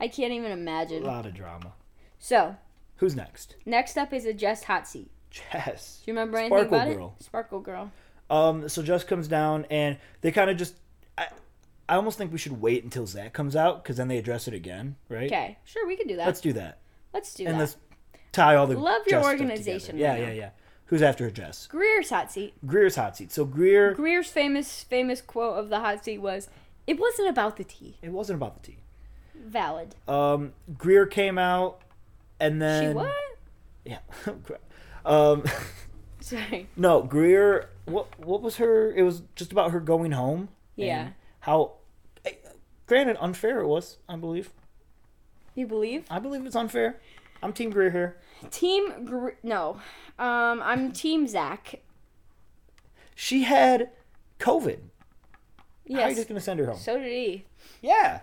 I can't even
A
imagine.
lot of drama.
So,
Who's next?
Next up is a Just Hot Seat.
Jess.
Do you remember anything
Sparkle
about
Girl.
it? Sparkle Girl.
Um, so Jess comes down, and they kind of just. I, I almost think we should wait until Zach comes out because then they address it again, right?
Okay, sure, we can do that.
Let's
Let's,
do that,
do
and
that.
let's tie all the
Love your
Jess stuff
organization
together. Yeah,
right
yeah,
now.
yeah. Who's after her, Jess?
Greer's Hot Seat.
Greer's hot seat. So Greer,
Greer's famous famous quote of the hot seat was, "It wasn't about the tea."
it wasn't about the tea.
Valid.
Um, Greer came out, and then
she what?
Yeah. crap. um,
Sorry.
no, Greer. What what was her? It was just about her going home.
Yeah.
and How? eh, Granted, unfair it was. I believe.
You believe?
I believe it's unfair. I'm Team Greer here.
Team Gre- no. Um, I'm Team Zach.
She had COVID. How are you
Yes.
just going to send her home?
So did he.
yeah.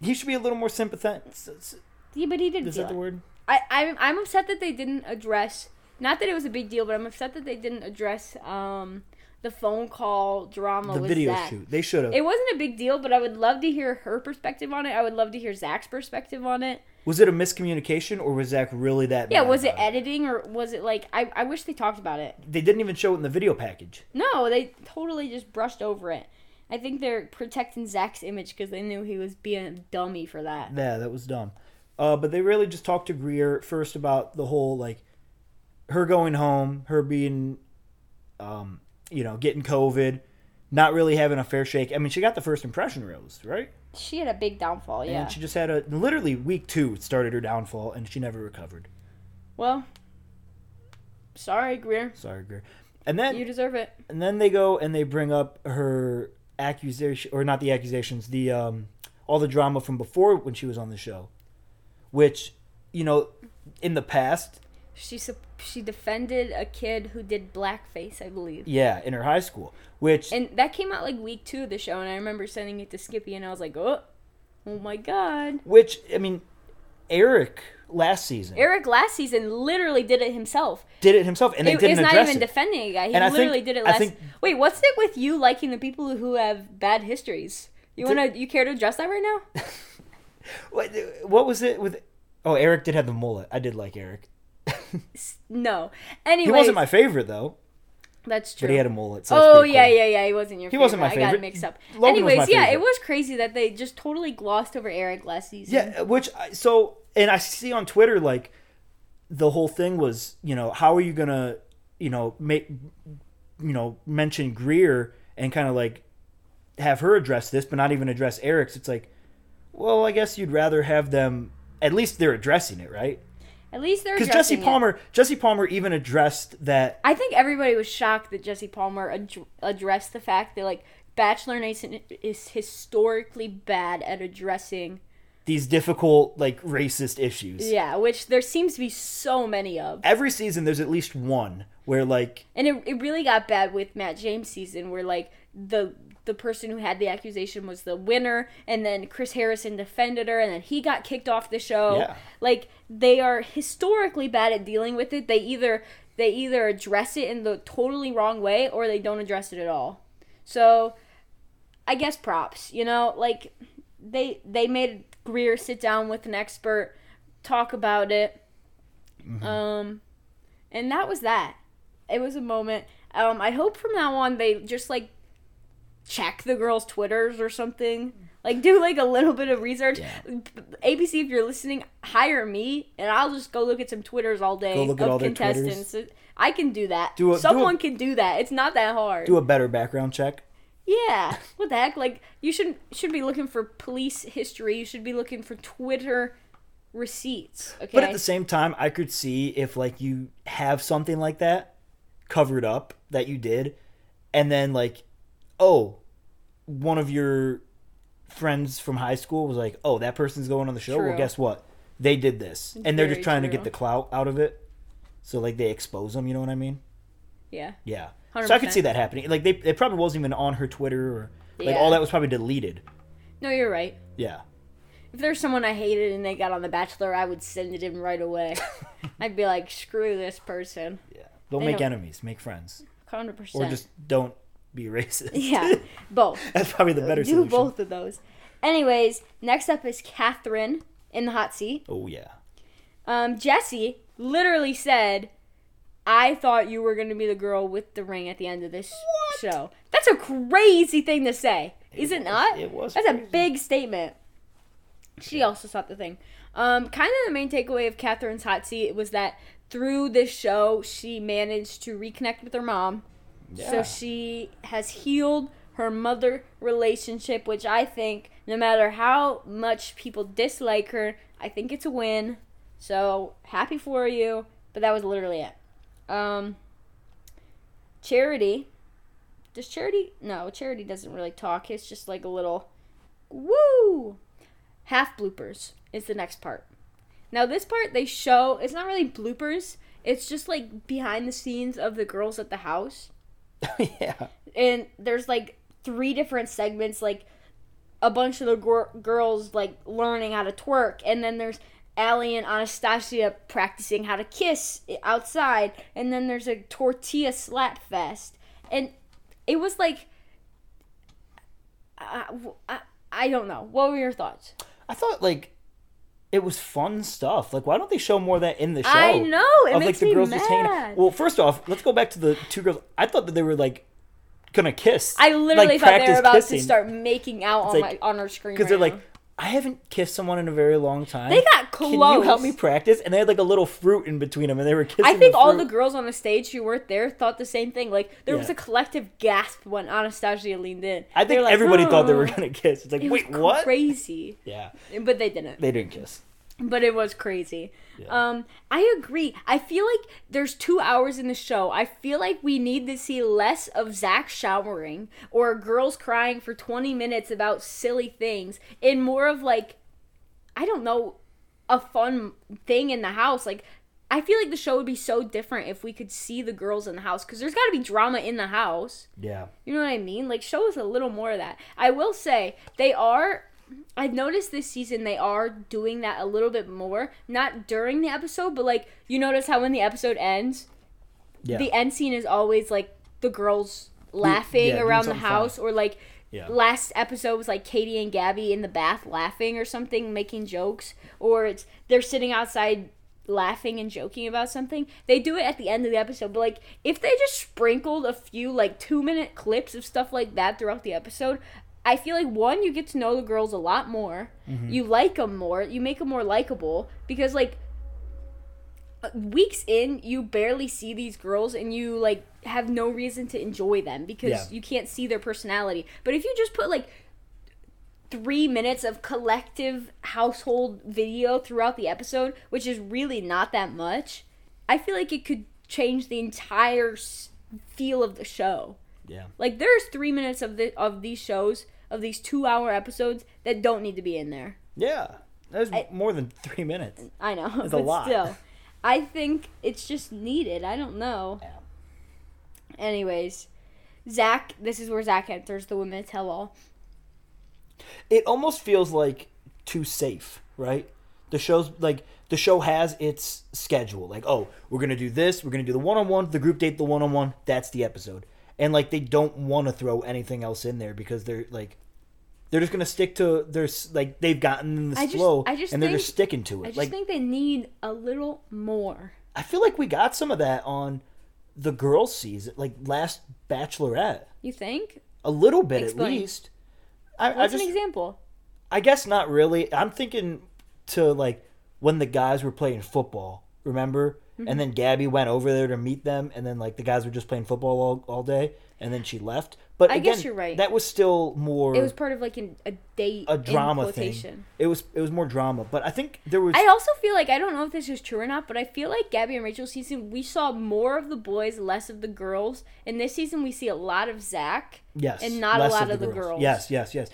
He should be a little more sympathetic. s- s-
Yeah, but he didn't.
Is
feel
that the
it.
word?
I, I'm I'm upset that they didn't address. Not that it was a big deal, but I'm upset that they didn't address um the phone call drama.
The
with
video
Zach.
shoot. They should have.
It wasn't a big deal, but I would love to hear her perspective on it. I would love to hear Zach's perspective on it.
Was it a miscommunication or was Zach really that
Yeah,
mad
was it
about
editing or was it like I, I wish they talked about it.
They didn't even show it in the video package.
No, they totally just brushed over it. I think they're protecting Zach's image because they knew he was being a dummy for that.
Yeah, that was dumb. Uh, but they really just talked to Greer first about the whole, like, her going home, her being, um, you know, getting COVID, not really having a fair shake. I mean, she got the first impression rose, right?
She had a big downfall, yeah.
And she just had a literally week two it started her downfall, and she never recovered.
well, sorry, Greer.
Sorry, Greer. And then
You deserve it.
and then they go and they bring up her accusation, or not the accusations, the um, all the drama from before when she was on the show, which you know, in the past,
She sup- she defended a kid who did blackface, I believe.
yeah, in her high school, which
And that came out like week two of the show, and I remember sending it to Skippy, and I was like, oh, oh my god.
which I mean, Eric last season
Eric last season literally did it himself.
did it himself, and they
It-
didn't
it's not
address
even
it.
defending a guy. He
And I think-
literally did it
I
last.
think-
Wait, what's it with you liking the people who have bad histories? You wanna you care to address that right now?
what, what was it with? Oh, Eric did have the mullet. I did like Eric.
No.
He
Anyway,
wasn't my favorite though,
that's true.
but he had a mullet. So that's
Oh
pretty
yeah,
cool.
yeah, yeah. He wasn't your. He
wasn't my
I got
favorite.
it mixed up.
Logan was
Anyways,
my
yeah, it
favorite.
was crazy that they just totally glossed over Eric last season.
Yeah, which I- so and I see on Twitter like the whole thing was, you know, how are you gonna, you know, make, you know, mention Greer and kind of like have her address this, but not even address Eric's. It's like, well, I guess you'd rather have them. At least they're addressing it, right?
At least they're
Because Jesse
addressing it.
Palmer, Jesse Palmer even addressed that.
I think everybody was shocked that Jesse Palmer ad- addressed the fact that like Bachelor Nation is historically bad at addressing.
these difficult like racist issues.
Yeah, which there seems to be so many of,
Every season there's at least one where like
and it, it really got bad with Matt James season where like the the person who had the accusation was the winner, and then Chris Harrison defended her, and then he got kicked off the show.
Yeah.
Like they are historically bad at dealing with it. They either they either address it in the totally wrong way or they don't address it at all. So I guess props, you know, like they they made Greer sit down with an expert, talk about it.
Mm-hmm.
Um and that was that. It was a moment. Um I hope from now on they just like check the girls' Twitters or something. Like do like a little bit of research. ABC if you're listening, hire me and I'll just go look at some Twitters all day
Go look at
of
all their Twitters.
contestants. I can do that.
Do a- do a-
Someone can do that. It's not that hard.
do a better background check.
Yeah. What the heck? Like you should should be looking for police history. You should be looking for Twitter receipts. Okay.
But at the same time, I could see if like you have something like that covered up that you did and then like oh, one of your friends from high school was like, "Oh, that person's going on the show."
True.
Well, guess what? They did this. And they're
Very
just trying to
true.
get the clout out of it. So like they expose them, you know what I mean?
yeah.
Yeah. So I could
100%.
see that happening. Like they, it probably wasn't even on her Twitter or like
Yeah.
all that was probably deleted.
No, you're right.
Yeah.
If there's someone I hated and they got on The Bachelor, I would send it in right away. I'd be like, screw this person.
Don't
They
make
don't-
enemies, make friends.
Hundred percent.
Or just don't be racist.
yeah, both.
That's probably the better
Do
solution.
both of those. Anyways, next up is Catherine in the hot seat.
Oh yeah.
um, Jesse literally said, "I thought you were going to be the girl with the ring at the end of this show." That's a crazy thing to say, is it
was-
not?
it was
That's
crazy.
a big statement. She also thought the thing. Um, kind of the main takeaway of Catherine's hot seat was that through this show, she managed to reconnect with her mom. So
Yeah.
she has healed her mother relationship, which I think, no matter how much people dislike her, I think it's a win. So happy for you, but that was literally it. Um, Charity. Does Charity? No, Charity doesn't really talk. It's just like a little woo. Half bloopers is the next part. Now, this part they show, it's not really bloopers, it's just like behind the scenes of the girls at the house
yeah.
and there's like three different segments like a bunch of the gir- girls like learning how to twerk and then there's Allie and Anastasia practicing how to kiss outside and then there's a tortilla slap fest and it was like I, I, I don't know what were your thoughts
I thought like it was fun stuff. Like why don't they show more of that in the show?
I know, it
of like
makes
the
me
girls just hanging
mad.
out. Well, first off, let's go back to the two girls. I thought that they were like gonna kiss.
I literally
Like,
thought they
practice
were about
kissing.
to start making out on
like-
my on our screen
because they're
right
like,
now.
I haven't kissed someone in a very long time.
They got
Can you help
close.
me practice? And they had like a little fruit in between them, and they were kissing.
I think
the
all
fruit.
the girls on the stage who weren't there thought the same thing. Like there was
Yeah.
a collective gasp when Anastasia leaned in.
I
They were
think
like,
everybody thought they were
"Ugh."
gonna kiss. It's like,
It
wait,
was
what?
Crazy,
Yeah,
but they didn't.
they didn't kiss.
But it was crazy.
Yeah.
Um, I agree. I feel like there's two hours in the show. I feel like we need to see less of Zach showering or girls crying for 20 minutes about silly things and more of like, I don't know, a fun thing in the house. Like, I feel like the show would be so different if we could see the girls in the house because there's got to be drama in the house.
Yeah,
You know what I mean? Like, show us a little more of that. I will say, they are. I've noticed this season they are doing that a little bit more. Not during the episode, but like, you notice how when the episode ends,
yeah.
the e end scene is always like the girls laughing
yeah, doing
around the
something fun.
house or like.
Yeah.
Last episode was like Katie and Gabby in the bath laughing or something, making jokes, or it's they're sitting outside laughing and joking about something. They do it at the end of the episode, but like if they just sprinkled a few like 2-minute clips of stuff like that throughout the episode, I feel like one you get to know the girls a lot
Mm-hmm.
more. You like them more, you make them more likable because like weeks in, you barely see these girls and you like have no reason to enjoy them because
Yeah.
you can't see their personality. But if you just put like three minutes of collective household video throughout the episode, which is really not that much, I feel like it could change the entire s- feel of the show.
Yeah.
Like there's three minutes of the of these shows of these two hour episodes that don't need to be in there.
Yeah. That was more than three minutes.
I know,
It's a
but
lot.
still, I think it's just needed. I don't know.
Yeah.
Anyways, Zach, this is where Zach enters the women tell all.
It almost feels like too safe, right? The show's like the show has its schedule. Like, oh, we're gonna do this, we're gonna do the one on one, the group date, the one on one. That's the episode. And like they don't want to throw anything else in there because they're like they're just gonna stick to their s- like they've gotten this
I just-
flow
I just
and they're
think-
just sticking to
I
it.
just
Like
think they need a little more.
I feel like we got some of that on the girls' season, like last Bachelorette,
You think?
a little bit
Explain.
at least. I, I
What's
just
an example?
I guess not really. I'm thinking to like when the guys were playing football, remember?
Mm-hmm.
And then Gabby went over there to meet them, and then like the guys were just playing football all, all day, and then she left. But
I
again,
guess you're right.
That was still more
It was part of like an, a date
a
in
drama
quotation.
thing. It was it was more drama, but I think there was
I also feel like I don't know if this is true or not, but I feel like Gabby and Rachel's season we saw more of the boys, less of the girls. In this season, we see a lot of Zach.
yes
and not a
less
lot of the girls.
Yes, yes, yes.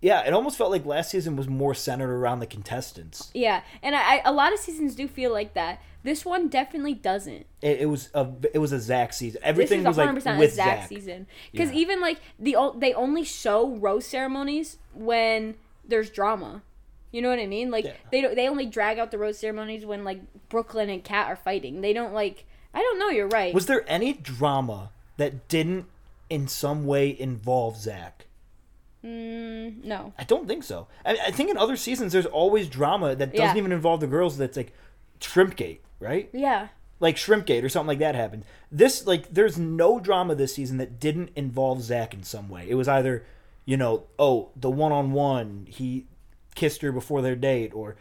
Yeah, it almost felt like last season was more centered around the contestants.
Yeah, and I, I a lot of seasons do feel like that. This one definitely doesn't.
It, it was a it was a Zach season.
This
Everything
is
was
100
like
percent
with
Zach
Zach.
season because
Yeah.
even like the o- they only show rose ceremonies when there's drama. You know what I mean? Like
Yeah.
they don't, they only drag out the rose ceremonies when like Brooklyn and Kat are fighting. They don't like I don't know. You're right.
Was there any drama that didn't in some way involve Zach?
no.
I don't think so. I, I think in other seasons there's always drama that
Yeah.
doesn't even involve the girls. That's like Shrimpgate, right?
Yeah.
Like Shrimpgate or something like that happened. This like there's no drama this season that didn't involve Zach in some way. It was either you know oh the one on one he kissed her before their date or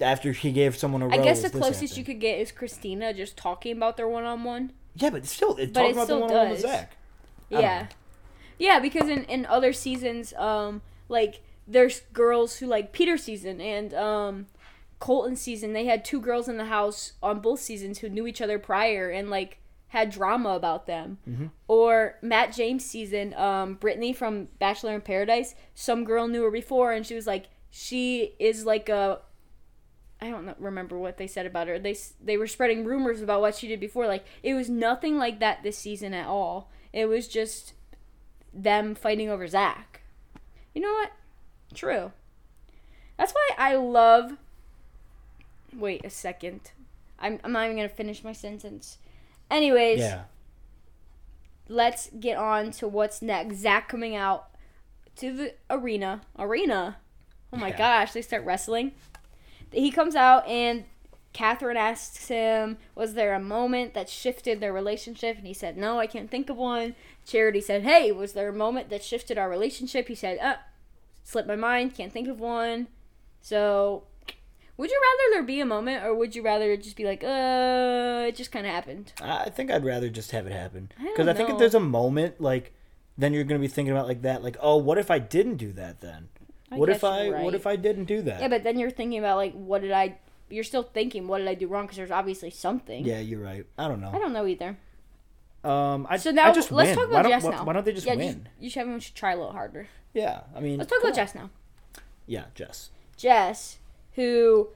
after he gave someone a
I
rose.
guess the
this
closest you
happened.
could get is Christina just talking about their one on one.
yeah, but still it talking
it
about
still
the one on one with
does.
Zach. don't
Yeah. Yeah, because in, in other seasons, um, like there's girls who like Peter season and um Colton season, they had two girls in the house on both seasons who knew each other prior and like had drama about them. Or Matt James season, um, Brittany from Bachelor in Paradise, some girl knew her before and she was like, she is like a I don't know, remember what they said about her. They s- they were spreading rumors about what she did before. Like it was nothing like that this season at all. It was just them fighting over Zach. You know what? True. That's why I love. Wait a second. I'm I'm not even gonna finish my sentence. Anyways,
Yeah.
let's get on to what's next. Zach coming out to the arena. Arena. Oh my
Yeah.
gosh, they start wrestling. He comes out and Catherine asks him, Was there a moment that shifted their relationship? And he said, No, I can't think of one. Charity said, Hey, was there a moment that shifted our relationship? He said, Uh, slipped my mind, can't think of one. So, would you rather there be a moment or would you rather just be like, Uh, it just kind of happened?
I think I'd rather just have it happen
don't
because I, think if
know.
there's a moment like, then you're gonna be thinking about like that, like oh, what if I didn't do that then? what if
guess
I
you're
what
right.
if I didn't do that?
Yeah, but then you're thinking about like, what did I? You're still thinking, what did I do wrong? Because there's obviously something.
Yeah, you're right. I don't know.
I don't know either.
um, I,
So now
I just
let's
win.
talk
why
about
don't,
Jess
why,
now.
Why don't they just
yeah,
win?
You, you should everyone should try a little harder.
yeah, I mean,
Let's talk
come
about
on.
Jess now.
Yeah, Jess
Jess, who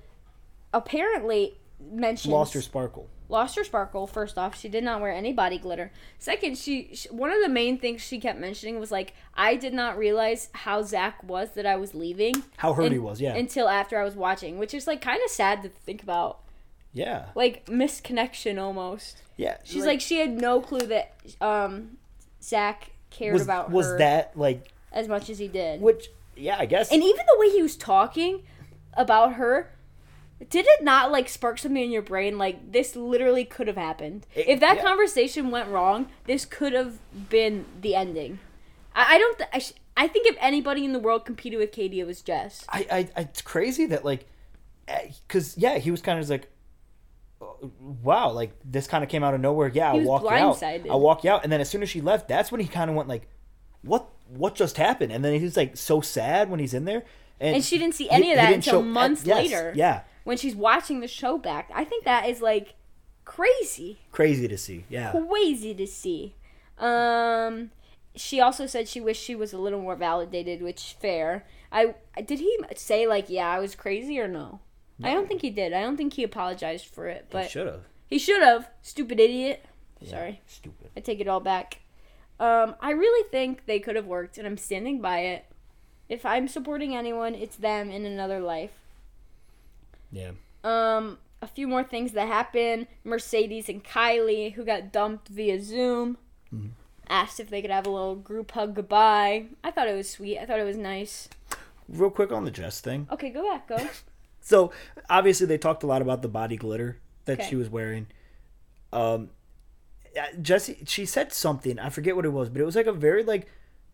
apparently mentioned
lost her sparkle.
lost her sparkle. First off, she did not wear any body glitter. Second, she, she one of the main things she kept mentioning was like, I did not realize how Zach was that I was leaving.
How hurt
un-
he was. Yeah,
Until after I was watching, which is like kind of sad to think about.
yeah,
Like misconnection almost.
yeah.
She's like, she had no clue that um Zach cared
was,
about
was
her
that like
as much as he did.
which? Yeah, I guess.
and even the way he was talking about her did it not like spark something in your brain like this literally could have happened
It-
if that
yeah.
conversation went wrong this could have been the ending i, I don't th- I, sh- I think if anybody in the world competed with katie it was jess
eh, I, I, I it's crazy that like, because yeah, he was kind of just like, "Oh, wow, like this kind of came out of nowhere. Yeah,
He
I
was
walked you out.
blindsided.
I walked you out, and then as soon as she left, that's when he kind of went like, what what just happened? And then he's like so sad when he's in there, and,
And she didn't see
he-
any
he
of that
didn't
until
show-
months
yes,
later.
Yeah,
When she's watching the show back, I think that is like crazy,
crazy to see. Yeah,
crazy to see. Um, she also said she wished she was a little more validated, which fair. I did he say like, yeah, I was crazy or no? I don't think he did. I don't think he apologized for it, but
should have.
he should have. Stupid idiot. Sorry.
Stupid.
I take it all back. Um, I really think they could have worked, and I'm standing by it. If I'm supporting anyone, it's them in another life.
Yeah.
Um, a few more things that happen: Mercedes and Kylie, who got dumped via Zoom, asked if they could have a little group hug goodbye. I thought it was sweet. I thought it was nice.
Real quick on the dress thing.
Okay, go back, go.
So obviously they talked a lot about the body glitter that
Okay.
she was wearing. Um, uh, Jesse, she said something. I forget what it was, but it was like a very like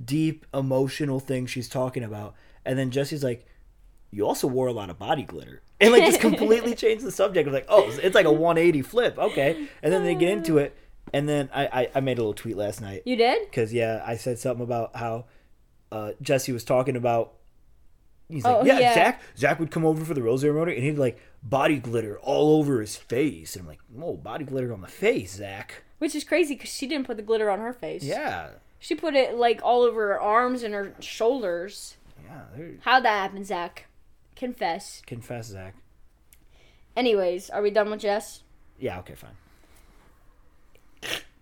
deep emotional thing she's talking about. And then Jesse's like, "You also wore a lot of body glitter," and like just completely changed the subject. I was like, "Oh, it's like a 180 flip." Okay. And then they get into it, and then I I, I made a little tweet last night
you did?
because yeah, I said something about how uh, Jesse was talking about. He's
Oh,
like, yeah,
yeah.
Zach. Zach would come over for the rose ceremony, and he'd like body glitter all over his face. And I'm like, whoa, body glitter on the face, Zach.
Which is crazy because she didn't put the glitter on her face.
Yeah,
She put it like all over her arms and her shoulders.
yeah. there-
How'd that happen, Zach? Confess.
Confess, Zach.
Anyways, are we done with Jess?
Yeah, okay, fine.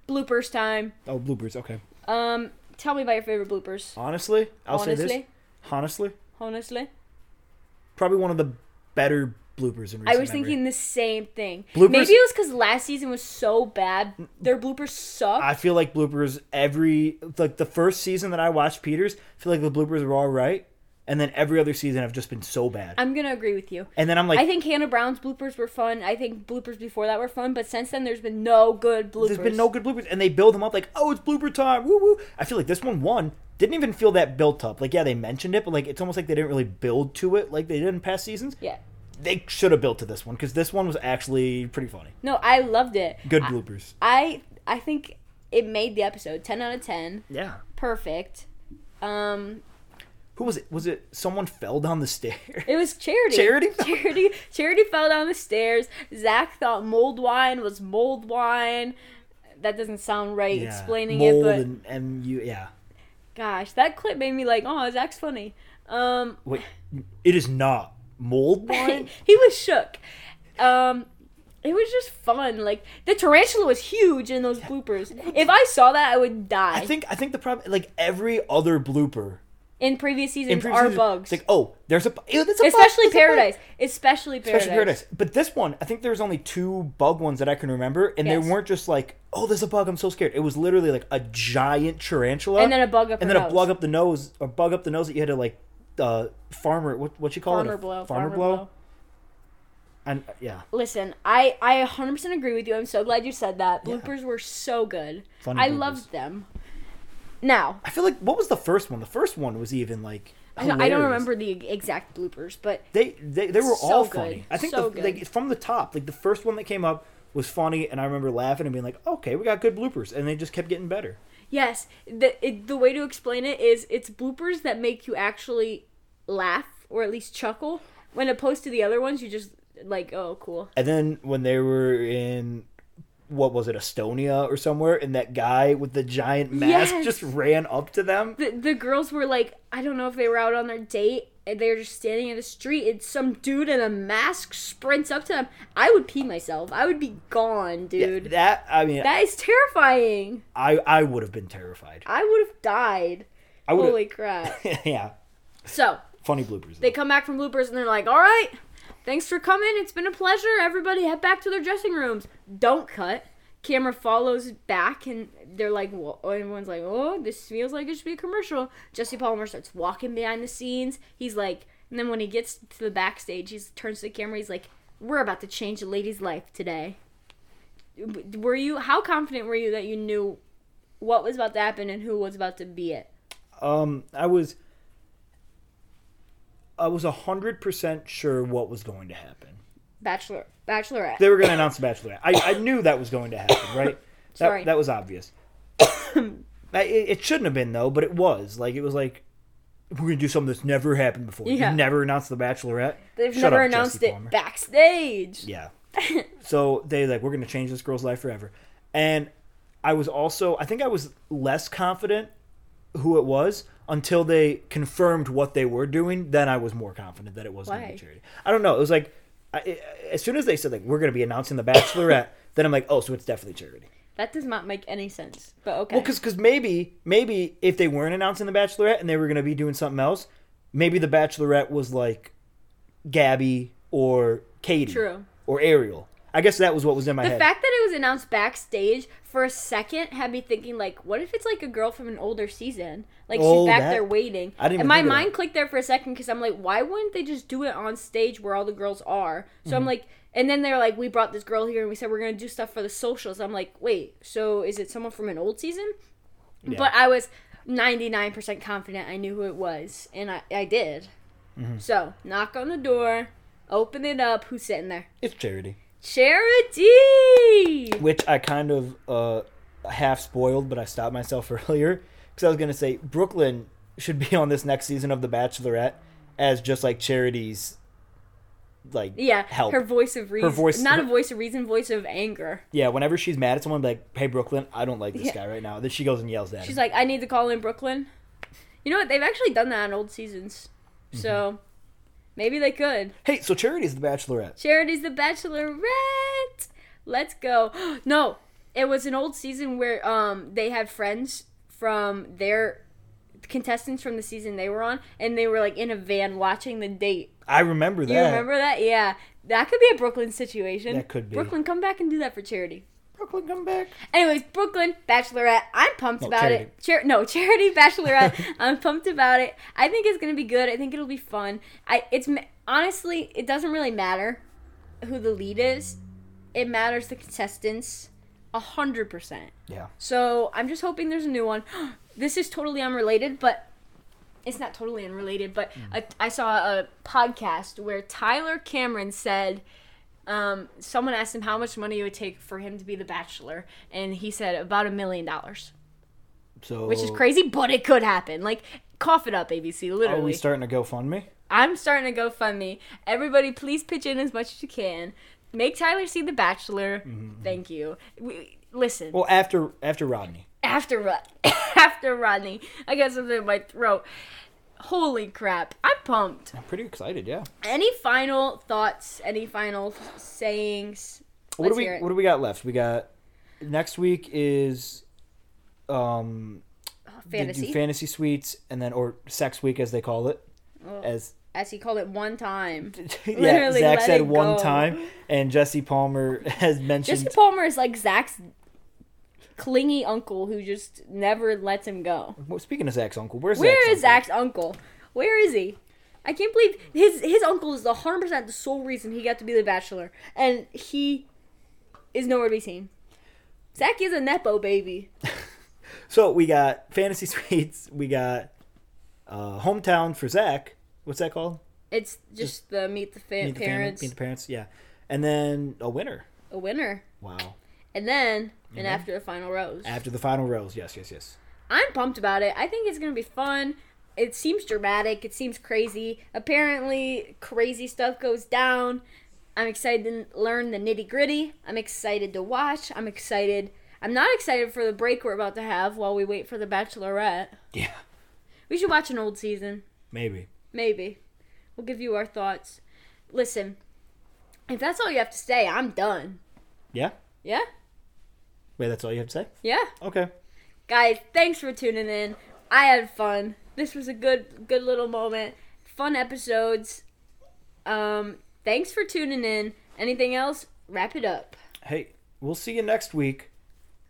Bloopers time.
Oh, bloopers. Okay.
Um, tell me about your favorite bloopers.
Honestly, I'll say this.
Honestly?
Honestly,
Honestly,
probably one of the better bloopers in recent
I was
memory.
thinking the same thing.
Bloopers-
Maybe it was because last season was so bad. Their bloopers suck.
I feel like bloopers every like the first season that I watched Peters. I feel like the bloopers were all right, and then every other season have just been so bad.
I'm gonna agree with you.
and then I'm like,
I think Hannah Brown's bloopers were fun. I think bloopers before that were fun, but since then there's been no good bloopers.
There's been no good bloopers, and they build them up like, oh, it's blooper time, woo woo. I feel like this one won didn't even feel that built up. Like, yeah, they mentioned it, but like it's almost like they didn't really build to it like they did in past seasons.
Yeah.
They should have built to this one because this one was actually pretty funny.
No, I loved it.
Good bloopers.
I I think it made the episode. Ten out of ten.
Yeah.
Perfect. Um,
Who was it? Was it someone fell down the stairs?
It was charity.
Charity?
Charity. Charity fell down the stairs. Zach thought mold wine was mold wine. That doesn't sound right
Yeah.
explaining it,
Mold
but
and, and you, yeah.
gosh, that clip made me like, oh, Zach's funny. Um,
Wait, it is not mold wine.
he was shook. Um, it was just fun. Like the tarantula was huge in those bloopers. If I saw that, I would die.
I think I think the problem, like every other blooper
in previous seasons,
in previous
are
seasons,
bugs,
it's like, oh, there's a, bu- ew, that's a bug,
especially
that's a bug.
paradise. Especially paradise.
Especially Paradise. But this one, I think there's only two bug ones that I can remember, and
Yes.
they weren't just like, "Oh, there's a bug! I'm so scared." It was literally like a giant tarantula,
And then a bug up
and
her
then
nose.
a bug up the nose, or bug up the nose that you had to like, uh, farmer. What what you call it?
Farmer
A
blow.
Farmer, blow. And yeah,
Listen, I I 100% agree with you. I'm so glad you said that. Bloopers were so good.
Funny
I
bloopers.
loved them. Now,
I feel like what was the first one? The first one was even like.
I don't, I
hilarious.
don't remember the exact bloopers, but
They they, they were
So
all
good.
funny. I think
So
the, like
good.
from the top, like the first one that came up was funny, and I remember laughing and being like, "Okay, we got good bloopers," and they just kept getting better.
yes, the it, the way to explain it is it's bloopers that make you actually laugh or at least chuckle when opposed to the other ones you just like, "Oh, cool."
And then when they were in what was it, Estonia or somewhere, and that guy with the giant mask
Yes.
just ran up to them.
The the girls were like, I don't know if they were out on their date and they were just standing in the street and some dude in a mask sprints up to them. I would pee myself. I would be gone, dude.
That I mean,
That is terrifying.
I I would have been terrified.
I would have died.
I would.
Holy crap.
yeah,
So
funny bloopers.
they come back from bloopers and they're like, all right, thanks for coming. It's been a pleasure. Everybody head back to their dressing rooms. Don't cut. Camera follows back and they're like, whoa. everyone's like, oh, this feels like it should be a commercial. Jesse Palmer starts walking behind the scenes. He's like, and then when he gets to the backstage, he turns to the camera. He's like, we're about to change a lady's life today. Were you, how confident were you that you knew what was about to happen and who was about to be it?
um, I was. I was hundred percent sure what was going to happen.
Bachelor, Bachelorette.
They were going to announce the Bachelorette. I, I knew that was going to happen, right? That,
Sorry.
That was obvious. I- it, it shouldn't have been, though, but it was. Like, it was like, we're going to do something that's never happened before.
Yeah.
You never announced the Bachelorette.
They've
Shut
never
up,
announced
Jesse
it
Palmer.
backstage.
Yeah. so they like we're gonna change this girl's life forever, and I was also I think I was less confident who it was until they confirmed what they were doing. Then I was more confident that it was gonna
Why?
be charity. I don't know. It was like I, I- as soon as they said like we're gonna be announcing the Bachelorette, then I'm like oh so it's definitely charity.
That does not make any sense. But okay.
Well, because maybe maybe if they weren't announcing the Bachelorette and they were gonna be doing something else, maybe the Bachelorette was like Gabby or Katie
True.
or Ariel. I guess that was what was in my
the
head.
fact that it was announced backstage for a second had me thinking like, what if it's like a girl from an older season? Like
Oh,
she's back
that-
there waiting.
I didn't even
and my
think of
mind clicked there for a second because I'm like, why wouldn't they just do it on stage where all the girls are? So
Mm-hmm.
I'm like, and then they're like, we brought this girl here and we said we're gonna do stuff for the socials. I'm like, wait, so is it someone from an old season?
Yeah.
But I was 99% confident I knew who it was, and I, I did.
Mm-hmm.
So knock on the door, open it up. Who's sitting there?
it's charity,
Charity.
which I kind of uh, half spoiled, but I stopped myself earlier because I was going to say Brooklyn should be on this next season of The Bachelorette as just like charities, like
Yeah,
help.
her voice of reason.
voice-
not
her-
a voice of reason, voice of anger.
yeah, whenever she's mad at someone, like, "Hey Brooklyn, I don't like this
Yeah.
guy right now," then she goes and yells at
She's
him.
like, I need to call in Brooklyn. You know what? They've actually done that on old seasons,
Mm-hmm.
so maybe they could.
hey, so charity's The Bachelorette.
Charity's the Bachelorette. Let's go. no, it was an old season where um they had friends from their contestants from the season they were on, and they were like in a van watching the date.
I remember that.
You remember that? Yeah, that could be a Brooklyn situation.
That could be.
Brooklyn, come back and do that for charity.
Brooklyn come back?
Anyways, Brooklyn Bachelorette. I'm pumped
No,
about it. Char- no, Charity Bachelorette. I'm pumped about it. I think it's gonna be good. I think it'll be fun. I it's ma- honestly it doesn't really matter who the lead is. It matters the contestants, a hundred percent.
Yeah.
So I'm just hoping there's a new one. this is totally unrelated, but it's not totally unrelated. But I, I saw a podcast where Tyler Cameron said um, someone asked him how much money it would take for him to be the Bachelor, and he said about a million dollars,
So
which is crazy, but it could happen. Like. Cough it up, ABC.
Are we
Literally,
starting a GoFundMe?
I'm starting to GoFundMe. Everybody, please pitch in as much as you can. Make Tyler see The Bachelor. Thank you. We, listen.
Well, after after Rodney.
after Rod- after Rodney. I got something in my throat. Holy crap! I'm pumped.
I'm pretty excited. Yeah.
Any final thoughts? Any final sayings?
what do
Let's
we
hear it.
what do we got left? We got next week is um they do
Fantasy,
fantasy suites and then or sex week as they call it. As
as he called it one time.
yeah,
Literally
Zach
let
said
it
one
go.
time and Jesse Palmer has mentioned
Jesse Palmer is like Zach's clingy uncle who just never lets him go.
well, speaking of Zach's uncle, where's
Where
Zach's
is Zach's uncle? Where is he? I can't believe his his uncle is 100% the sole reason he got to be the bachelor, and he is nowhere to be seen. Zach is a nepo baby.
So we got fantasy suites, we got uh hometown for Zach. What's that called?
It's just the meet the, fa-
Meet the family-
parents,
meet the parents, yeah. And then a winner.
a winner,
Wow.
and then and after the final rose.
After the final rose, yes, yes, yes.
I'm pumped about it. I think it's gonna be fun. It seems dramatic. It seems crazy. Apparently, crazy stuff goes down. I'm excited to learn the nitty gritty. I'm excited to watch. I'm excited. I'm not excited for the break we're about to have while we wait for the Bachelorette.
Yeah.
We should watch an old season.
Maybe.
Maybe. We'll give you our thoughts. Listen, if that's all you have to say, I'm done.
Yeah?
Yeah?
Wait, that's all you have to say?
Yeah.
Okay.
Guys, thanks for tuning in. I had fun. This was a good good little moment. Fun episodes. Um thanks for tuning in. Anything else? Wrap it up.
Hey, we'll see you next week.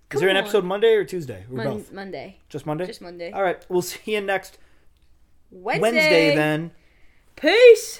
Come
Is there an
on.
episode Monday or Tuesday? Or
Mon-
both?
Monday.
Just Monday?
Just Monday.
All right. We'll see you next
Wednesday.
Wednesday then.
Peace.